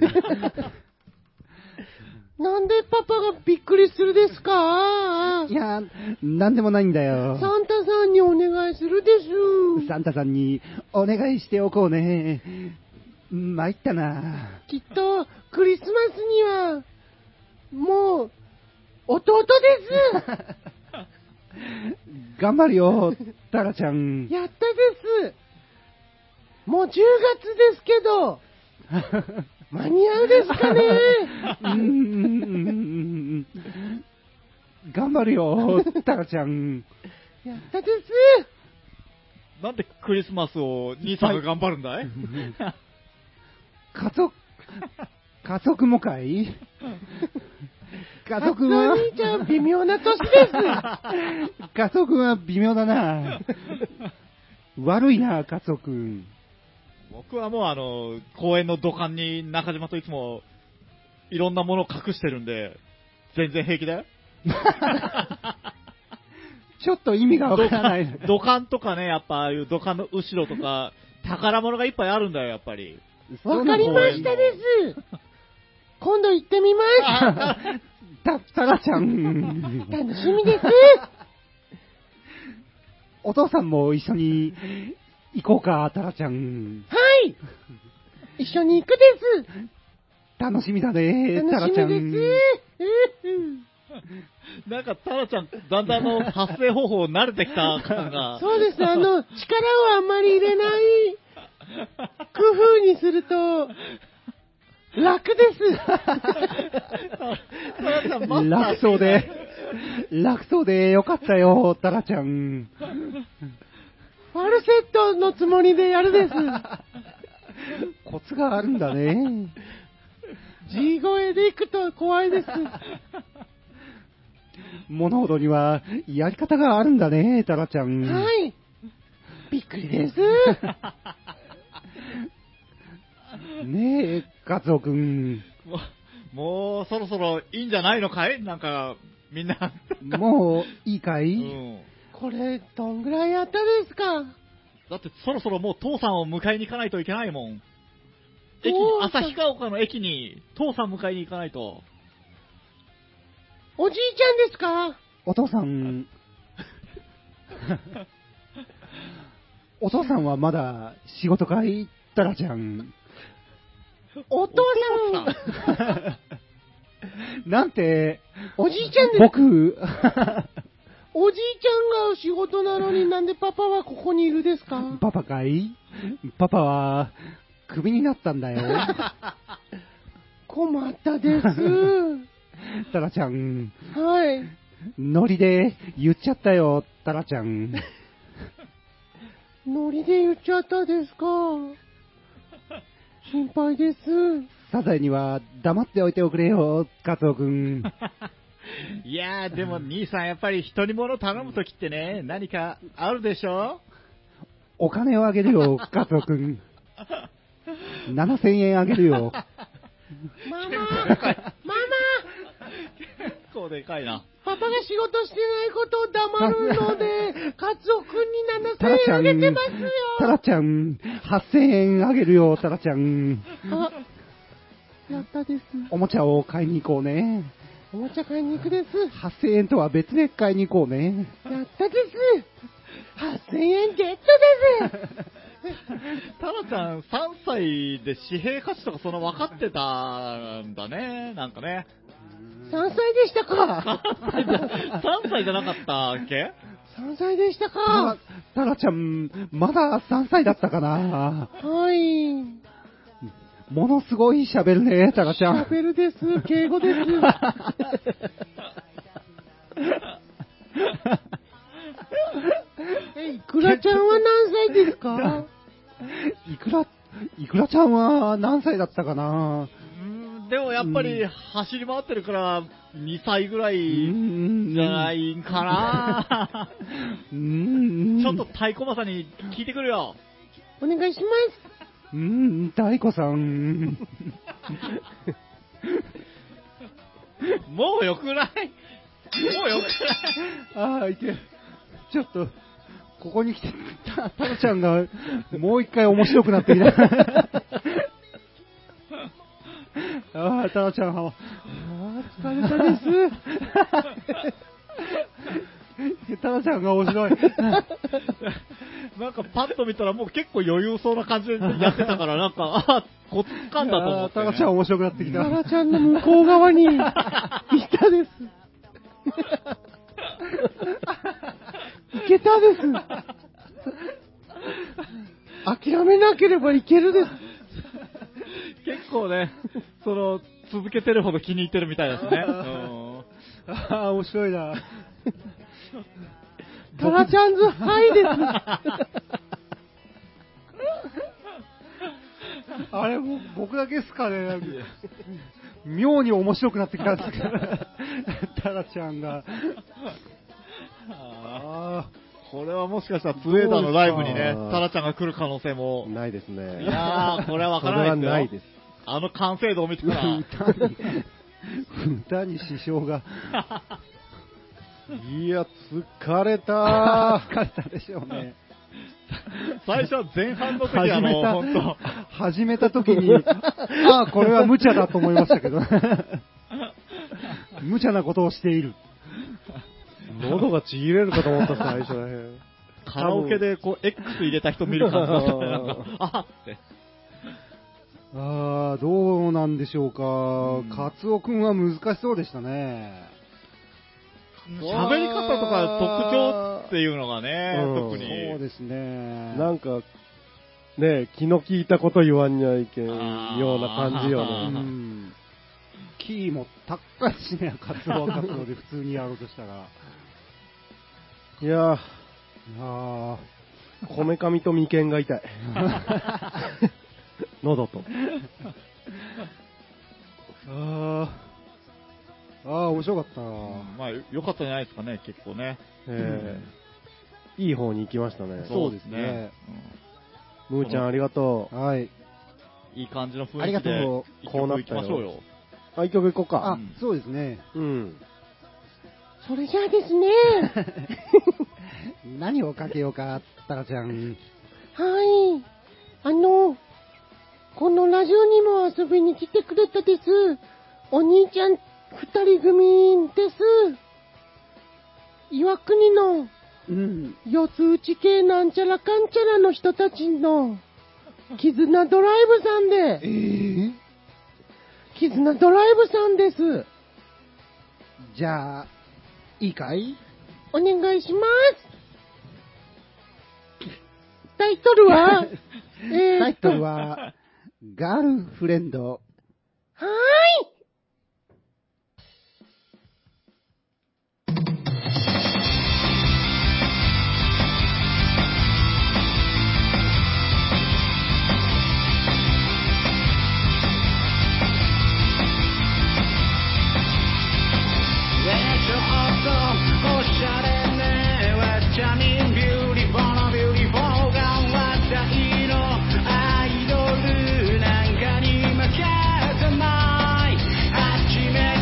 Speaker 4: なんでパパがびっくりするですか
Speaker 1: いや、なんでもないんだよ。
Speaker 4: サンタさんにお願いするです。
Speaker 1: サンタさんにお願いしておこうね。参ったな。
Speaker 4: きっと、クリスマスには、もう、弟で
Speaker 1: 頑張るよ、タラちゃん
Speaker 4: す。。やったです。もう10月ですけど、間に合うですかね
Speaker 1: うんうんうんうんうん頑張るよ、タラちゃん。
Speaker 4: やったです。
Speaker 2: なんでクリスマスを兄さんが頑張るんだ い
Speaker 1: 家族、家族もかい家
Speaker 4: カツ
Speaker 1: 族
Speaker 4: オ
Speaker 1: は、
Speaker 4: 兄ちゃん微妙な年です。
Speaker 1: 家族は微妙だな。悪いな、家族。
Speaker 2: 僕はもうあの、公園の土管に中島といつも、いろんなものを隠してるんで、全然平気 だよ。
Speaker 1: ちょっと意味がわからない。
Speaker 2: 土管とかね、やっぱああいう土管の後ろとか、宝物がいっぱいあるんだよ、やっぱ り。
Speaker 4: わかりましたです。今度行ってみま
Speaker 1: た、たらちゃん
Speaker 4: す。。楽しみです。
Speaker 1: お父さんも一緒に行こうか、タラちゃん。
Speaker 4: はい。一緒に行くです。
Speaker 1: 楽しみだね、タ
Speaker 4: 楽
Speaker 1: ラ
Speaker 4: し
Speaker 1: ちゃん。
Speaker 4: みです。うん
Speaker 2: なんか、タラちゃん、だんだんあの発声方法慣れてきた感が。
Speaker 4: そ うです。あの、力をあんまり入れない工夫にすると、楽です。
Speaker 2: タラちゃん、マスター
Speaker 1: 楽そうで、楽そうでよかったよ、タラちゃん。
Speaker 4: ファルセットのつもりでやるです。
Speaker 1: コツがあるんだね。
Speaker 4: G 声で行くと怖いです。
Speaker 1: 物事にはやり方があるんだね、タラちゃん。
Speaker 4: はい。びっくり です。
Speaker 1: ねえ、カツオくん。
Speaker 2: もう、もうそろそろいいんじゃないのかいなんか、みんな。
Speaker 1: もういいか
Speaker 2: う
Speaker 1: い、
Speaker 2: ん。
Speaker 4: これ、どんぐらいやったですか
Speaker 2: だってそろそろもう父さんを迎えに行かないといけないもん。駅に
Speaker 4: 父、さん
Speaker 2: 旭ヶ丘の駅に父さん迎えに行かないと。
Speaker 4: おじいちゃんですか
Speaker 1: お父さ ん。お父さんはまだ仕事かいタラちゃ ん。
Speaker 4: お父さん。
Speaker 1: なんて、
Speaker 4: おじいちゃんです。
Speaker 1: 僕、
Speaker 4: おじいちゃんが仕事なの になんでパパはここにいるですか
Speaker 1: パパかいパパは、クビになったんだよ。
Speaker 4: 困った です。
Speaker 1: タラちゃん。
Speaker 4: はい。
Speaker 1: ノリで言っちゃったよ、タラちゃん。
Speaker 4: ノリで言っちゃったですか心配です。
Speaker 1: サザエには黙っておいておくれよ、カツオく ん。
Speaker 2: いやー、でも兄さんやっぱり人に物頼むときってね、何かあるでしょ
Speaker 1: お金をあげるよ、カツオくん。7000円あげるよ。
Speaker 4: ママ
Speaker 2: でかい
Speaker 4: ママ
Speaker 2: 結構でかいな。
Speaker 4: パパが仕事してないことを黙るの で、カツオくんに
Speaker 1: タラ
Speaker 4: 7000
Speaker 1: ち
Speaker 4: 円
Speaker 1: ゃ
Speaker 4: あ
Speaker 1: ん
Speaker 4: げてますよ。
Speaker 1: タラちゃん、8000円あげるよ、タラちゃん。
Speaker 4: あ、やったです。
Speaker 1: おもちゃを買いに行こうね。
Speaker 4: おもちゃ買いに行くです。
Speaker 1: 8000円とは別で買いに行こうね。
Speaker 4: やったです。8000円ゲットです。
Speaker 2: タラちゃん3歳で紙幣価値とかそんな分かってたんだね、なんかね。
Speaker 4: 3歳でしたか
Speaker 2: 3歳じゃ3歳じゃ なかったっけ
Speaker 4: ?3 歳でした
Speaker 1: タラ
Speaker 4: か
Speaker 1: タラちゃん、まだ3歳だったかな。
Speaker 4: はい。
Speaker 1: ものすごい喋るね、タラちゃん。
Speaker 4: 喋るです。敬語 です。え、いくらちゃんは何歳ですか
Speaker 1: いくら、いくらちゃんは何歳だったかな
Speaker 2: うんでもやっぱり走り回ってるから2歳ぐら
Speaker 1: う
Speaker 2: いじゃな
Speaker 1: ーん。
Speaker 2: いんかな、
Speaker 1: うーん。
Speaker 2: ちょっと太鼓判さんに聞いてくるよ。
Speaker 4: お願いし
Speaker 1: うー
Speaker 4: ま
Speaker 1: ん、大子さん。
Speaker 2: もうよくないもうよく
Speaker 1: ああ、いけ。ちょっと、ここに来て、た、たらちゃんが、もう一回面白くなってきた。ああ、たらちゃんは、ああ、疲れたです。たらちゃんが面白い。
Speaker 2: ないなんかパッと見たらもう結構余裕そうな感じでやってたから、なんか、あコツつかんだと思
Speaker 1: あ
Speaker 2: っ
Speaker 1: ー
Speaker 2: て、
Speaker 1: た
Speaker 2: ね。
Speaker 1: らちゃん面白くなってき
Speaker 4: す。
Speaker 1: た。
Speaker 4: タラちゃんの向こう側にいたです。いけたです。諦めなければいけるです。
Speaker 2: 結構ね、その、続けてるほど気に入ってるみたいですね。うん
Speaker 1: ああ、面白いな。
Speaker 4: タラちゃんズハイです。
Speaker 1: あれ、もう僕だけですかね、なんか妙に面白くなってきたんですけど、タラちゃんが。あ
Speaker 2: これはもしかしたらツエーダーのライブにね
Speaker 3: どうです、か
Speaker 2: タラちゃんが来る可能性も。
Speaker 3: ないですね。
Speaker 2: いやー、これはわからないですよ。
Speaker 3: それはないです。
Speaker 2: あの完成度を見て
Speaker 1: ー
Speaker 2: たら。
Speaker 1: 歌に、歌に支障が、
Speaker 3: いや、疲れた
Speaker 1: 疲れたでしょうね。
Speaker 2: 最初は前半の時あ
Speaker 1: 始め
Speaker 2: の、
Speaker 1: た
Speaker 2: 本当。、
Speaker 1: 始めた時に、ああ、これは無茶だと思いましたけど、無茶なことをしている。
Speaker 3: 喉がちぎれるかと思った、最初らへん。
Speaker 2: カラオケでこう X 入れた人見る感じだったねなんか、あーって。
Speaker 1: あーどうなんでしょう
Speaker 2: ん
Speaker 1: か、カツオ君は難しそうでしたね。
Speaker 2: 喋り方とか特徴っていうのがね、
Speaker 3: うん
Speaker 1: そ
Speaker 2: 特
Speaker 1: う
Speaker 2: に。
Speaker 1: ですね。
Speaker 3: なんか、ね気の利いたこと言わんにはいけんような感じよ
Speaker 2: あ
Speaker 1: う
Speaker 2: ー
Speaker 3: ね。
Speaker 1: ん。キーも高いしね、カツオはカツオで普通にやろうとしたら。
Speaker 3: いやー、
Speaker 1: いやー
Speaker 3: こめかみと眉間が 痛い。喉と。
Speaker 1: あー、あー面白かったな。
Speaker 2: うんまあ、良かったんじゃないですかね、結構ね。
Speaker 3: えーいい方に行きましたね。
Speaker 1: そうですね
Speaker 3: むーちゃんありがとう。
Speaker 1: はい。
Speaker 2: うん。いい感じの雰囲気で。
Speaker 4: ありがと
Speaker 3: うこうなっ
Speaker 2: 一曲行き
Speaker 3: たよ
Speaker 2: ましょうよ。
Speaker 3: あ、一曲行こう
Speaker 1: あ、
Speaker 3: か。
Speaker 2: ん
Speaker 1: そうですね。
Speaker 3: うん。
Speaker 4: それじゃあですね、
Speaker 1: 何をかけようか、タカちゃん。
Speaker 4: はい。あの、このラジオにも遊びに来てくれたです。お兄ちゃん二人組です。岩国の
Speaker 1: うん。
Speaker 4: 四つ打ち系なんちゃらかんちゃらの人たちの絆ドライブさん
Speaker 1: え
Speaker 4: で、
Speaker 1: ー、
Speaker 4: 絆ドライブさんです。
Speaker 1: じゃあ、いいかい
Speaker 4: お願いします。タイトルは え
Speaker 1: タ
Speaker 4: ー
Speaker 1: イ
Speaker 4: っと
Speaker 1: トルは、ガールフレンド。
Speaker 4: はーい。
Speaker 5: なんかに負けてない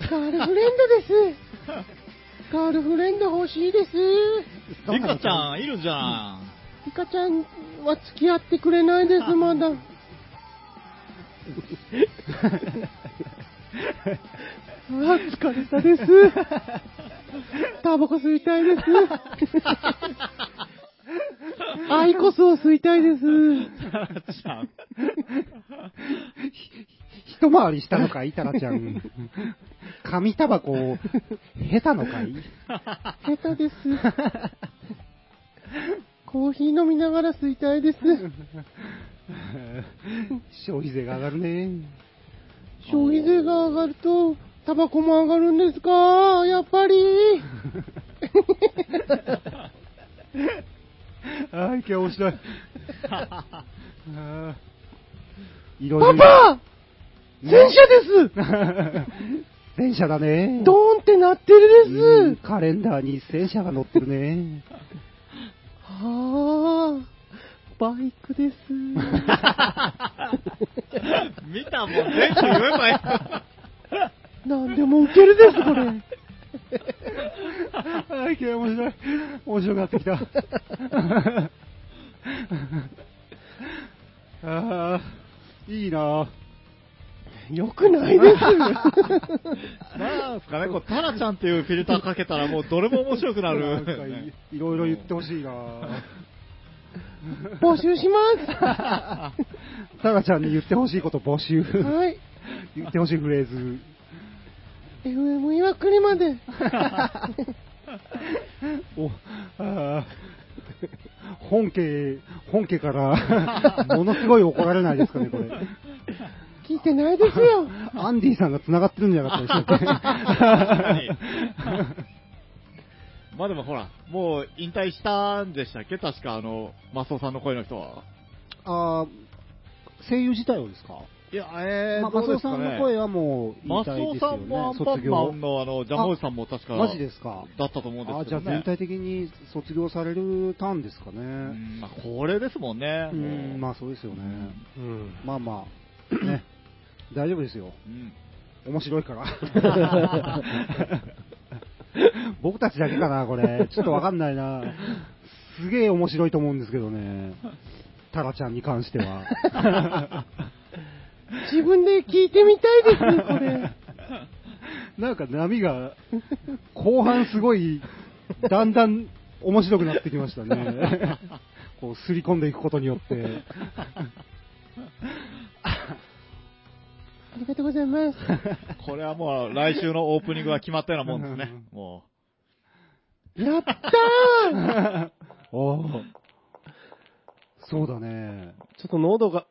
Speaker 4: です。ガールフレンド欲しいです。
Speaker 2: リカちゃん、いるじゃん。
Speaker 4: リカちゃんは付き合ってくれないです、まだ。うわ、疲れたです。タバコ吸いたいです。アイコスを吸いたいです。
Speaker 2: タラ ちゃん。
Speaker 1: 一回りしたのかい、タラちゃん。紙タバコ を、下手のかい
Speaker 4: 下手です。コーヒー飲みながら吸いたいです。
Speaker 1: 消費税が上がるね。
Speaker 4: 消費税が上がると、タバコも上がるんですかやっぱり。
Speaker 1: ああ、今日面 白い。あーいろ
Speaker 4: パ
Speaker 1: いろ
Speaker 4: パ戦車です
Speaker 1: 戦車だね。
Speaker 4: ドーンってなって
Speaker 1: う
Speaker 4: る
Speaker 1: ん
Speaker 4: です。
Speaker 1: カレンダーに戦車が載ってるね。
Speaker 4: はあ、バイクです。
Speaker 2: 見たもん、全部言えばい
Speaker 4: 何でも受けるです、これ。
Speaker 1: あい、今日面白い。面白くなってきた。 ああ、いいな。
Speaker 4: よくないです。
Speaker 2: い。なんすかね、こう、タラちゃんっていうフィルターかけたら、もうどれも面白くな
Speaker 1: なんかい
Speaker 2: る。
Speaker 1: いろいろ言ってほしいな。
Speaker 4: 募集しま
Speaker 1: タラちゃんに言ってほしいこと募集。
Speaker 4: す。はい。
Speaker 1: 言ってほしいフレー ズ。
Speaker 4: FM 岩国まで。
Speaker 1: おあー本家、本家 から、ものすごい怒られないですかね、これ。
Speaker 4: 聞いてないですよ。
Speaker 1: アンディさんが繋がってるんじゃなかったでしたっけ
Speaker 2: まあでもほら、もう引退したんでしたっけ確か、あの、マスオさんの声の人は。
Speaker 1: あー声優自体をですか
Speaker 2: いや、え
Speaker 1: まあ、マスオさんの声はもう引
Speaker 2: マス
Speaker 1: 退
Speaker 2: オ
Speaker 1: です
Speaker 2: さ
Speaker 1: よ
Speaker 2: んもア
Speaker 1: ね
Speaker 2: ン、パ
Speaker 1: 卒
Speaker 2: ンマン
Speaker 1: 業。
Speaker 2: の、あの、ジャムおじさんも確か、
Speaker 1: マジですか。
Speaker 2: だったと思うんです
Speaker 1: あ
Speaker 2: け
Speaker 1: じゃ
Speaker 2: ど、
Speaker 1: あ
Speaker 2: ね。
Speaker 1: 全体的に卒業されるターンですか
Speaker 2: う
Speaker 1: ね。
Speaker 2: んまあ、これですもんね。
Speaker 1: うん、まあそうですよね。
Speaker 3: うん。
Speaker 1: まあま あ、ね、大丈夫ですよ。
Speaker 2: うん
Speaker 1: 面白いから。 僕たちだけかな、これ。ちょっとわかんないな。すげえ面白いと思うんですけどね。タラちゃんに関しては。
Speaker 4: 自分で聞いてみたいですね、これ。
Speaker 1: なんか波が、後半すごい、だんだん面白くなってきました ね。こう、すり込んでいくことによって。
Speaker 4: ありがとうございます。
Speaker 2: これはもう来週のオープニングは決まったようなもん ですね。も
Speaker 4: やったー
Speaker 1: おーそうだね。
Speaker 3: ちょっと喉が、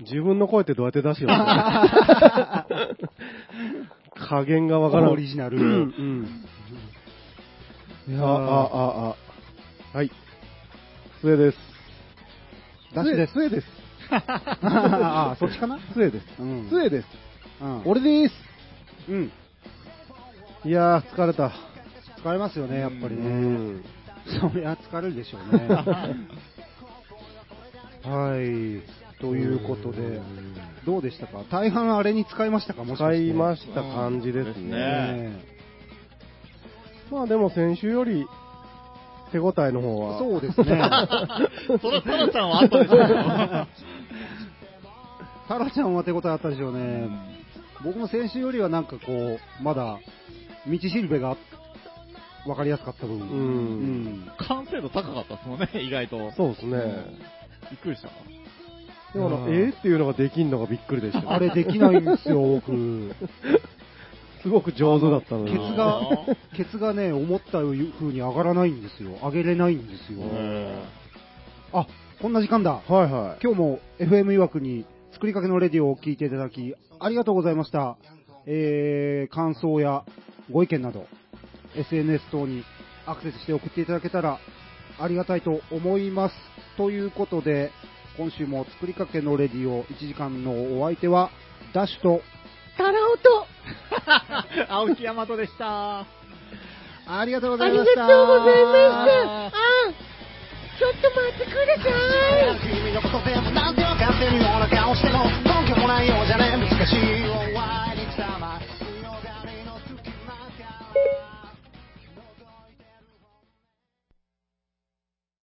Speaker 3: 自分の声ってどうやって出すよ加減がわからん。
Speaker 1: オリジナル
Speaker 3: うんうん。いやあ、あ、あ、あ。はい。杖です。
Speaker 1: ダッシュです。
Speaker 3: 杖です。
Speaker 1: ああ、そっちかな
Speaker 3: 杖です。
Speaker 1: うん
Speaker 3: 杖です。
Speaker 1: うん
Speaker 3: 俺です。
Speaker 1: うん。
Speaker 3: いやー、疲れた。
Speaker 1: 疲れますよね、やっぱり
Speaker 3: う
Speaker 1: ね。
Speaker 3: ん。
Speaker 1: そりゃ疲れるでしょうね。 はい。ということで、どうでしたか大半あれに使いましたかもしか
Speaker 3: 使
Speaker 1: して
Speaker 3: いました感じです
Speaker 2: うんですね
Speaker 3: ねまあでも先週より手応えの方は。
Speaker 1: そうですね。
Speaker 2: う。それはタラちゃんはあったでしょ
Speaker 1: タラちゃんは手応 えあったでしょう
Speaker 2: う
Speaker 1: ね。
Speaker 2: ん。
Speaker 1: 僕も先週よりはなんかこう、まだ、道しるべが分かりやすかった分。
Speaker 3: う。
Speaker 1: うんん
Speaker 2: 完成度高かったですもんね、意外と。
Speaker 3: そうですね。
Speaker 2: びっくりした。
Speaker 3: でもあの、
Speaker 1: うん
Speaker 3: えーっていうのができんのがびっくりでした。
Speaker 1: あれできないんですよ、僕。
Speaker 3: すごく上手だったの
Speaker 1: ケ
Speaker 3: に。
Speaker 1: ツが
Speaker 2: あ、
Speaker 1: ケツがね、思った風に上がらないんですよ。上げれないんですよ。
Speaker 2: うん
Speaker 1: あ、こんな時間だ。
Speaker 3: はいはい。
Speaker 1: 今日も FM いわくに作りかけのレディオを聞いていただき、ありがとうございました。えー、感想やご意見など、SNS 等にアクセスして送っていただけたらありがたいと思います。ということで、今週も作りかけのレディオ1時間のお相手は、ダッシュと、
Speaker 4: タラオと、
Speaker 2: 青木大和でした。
Speaker 1: ありがとうござ
Speaker 4: あ
Speaker 1: い
Speaker 4: り
Speaker 1: ま
Speaker 4: がとうございま
Speaker 1: し。
Speaker 4: したた。あちょっと待ってください。
Speaker 5: 君のこと全部なんでわかってるような顔しても根拠もないようじゃね難しいよ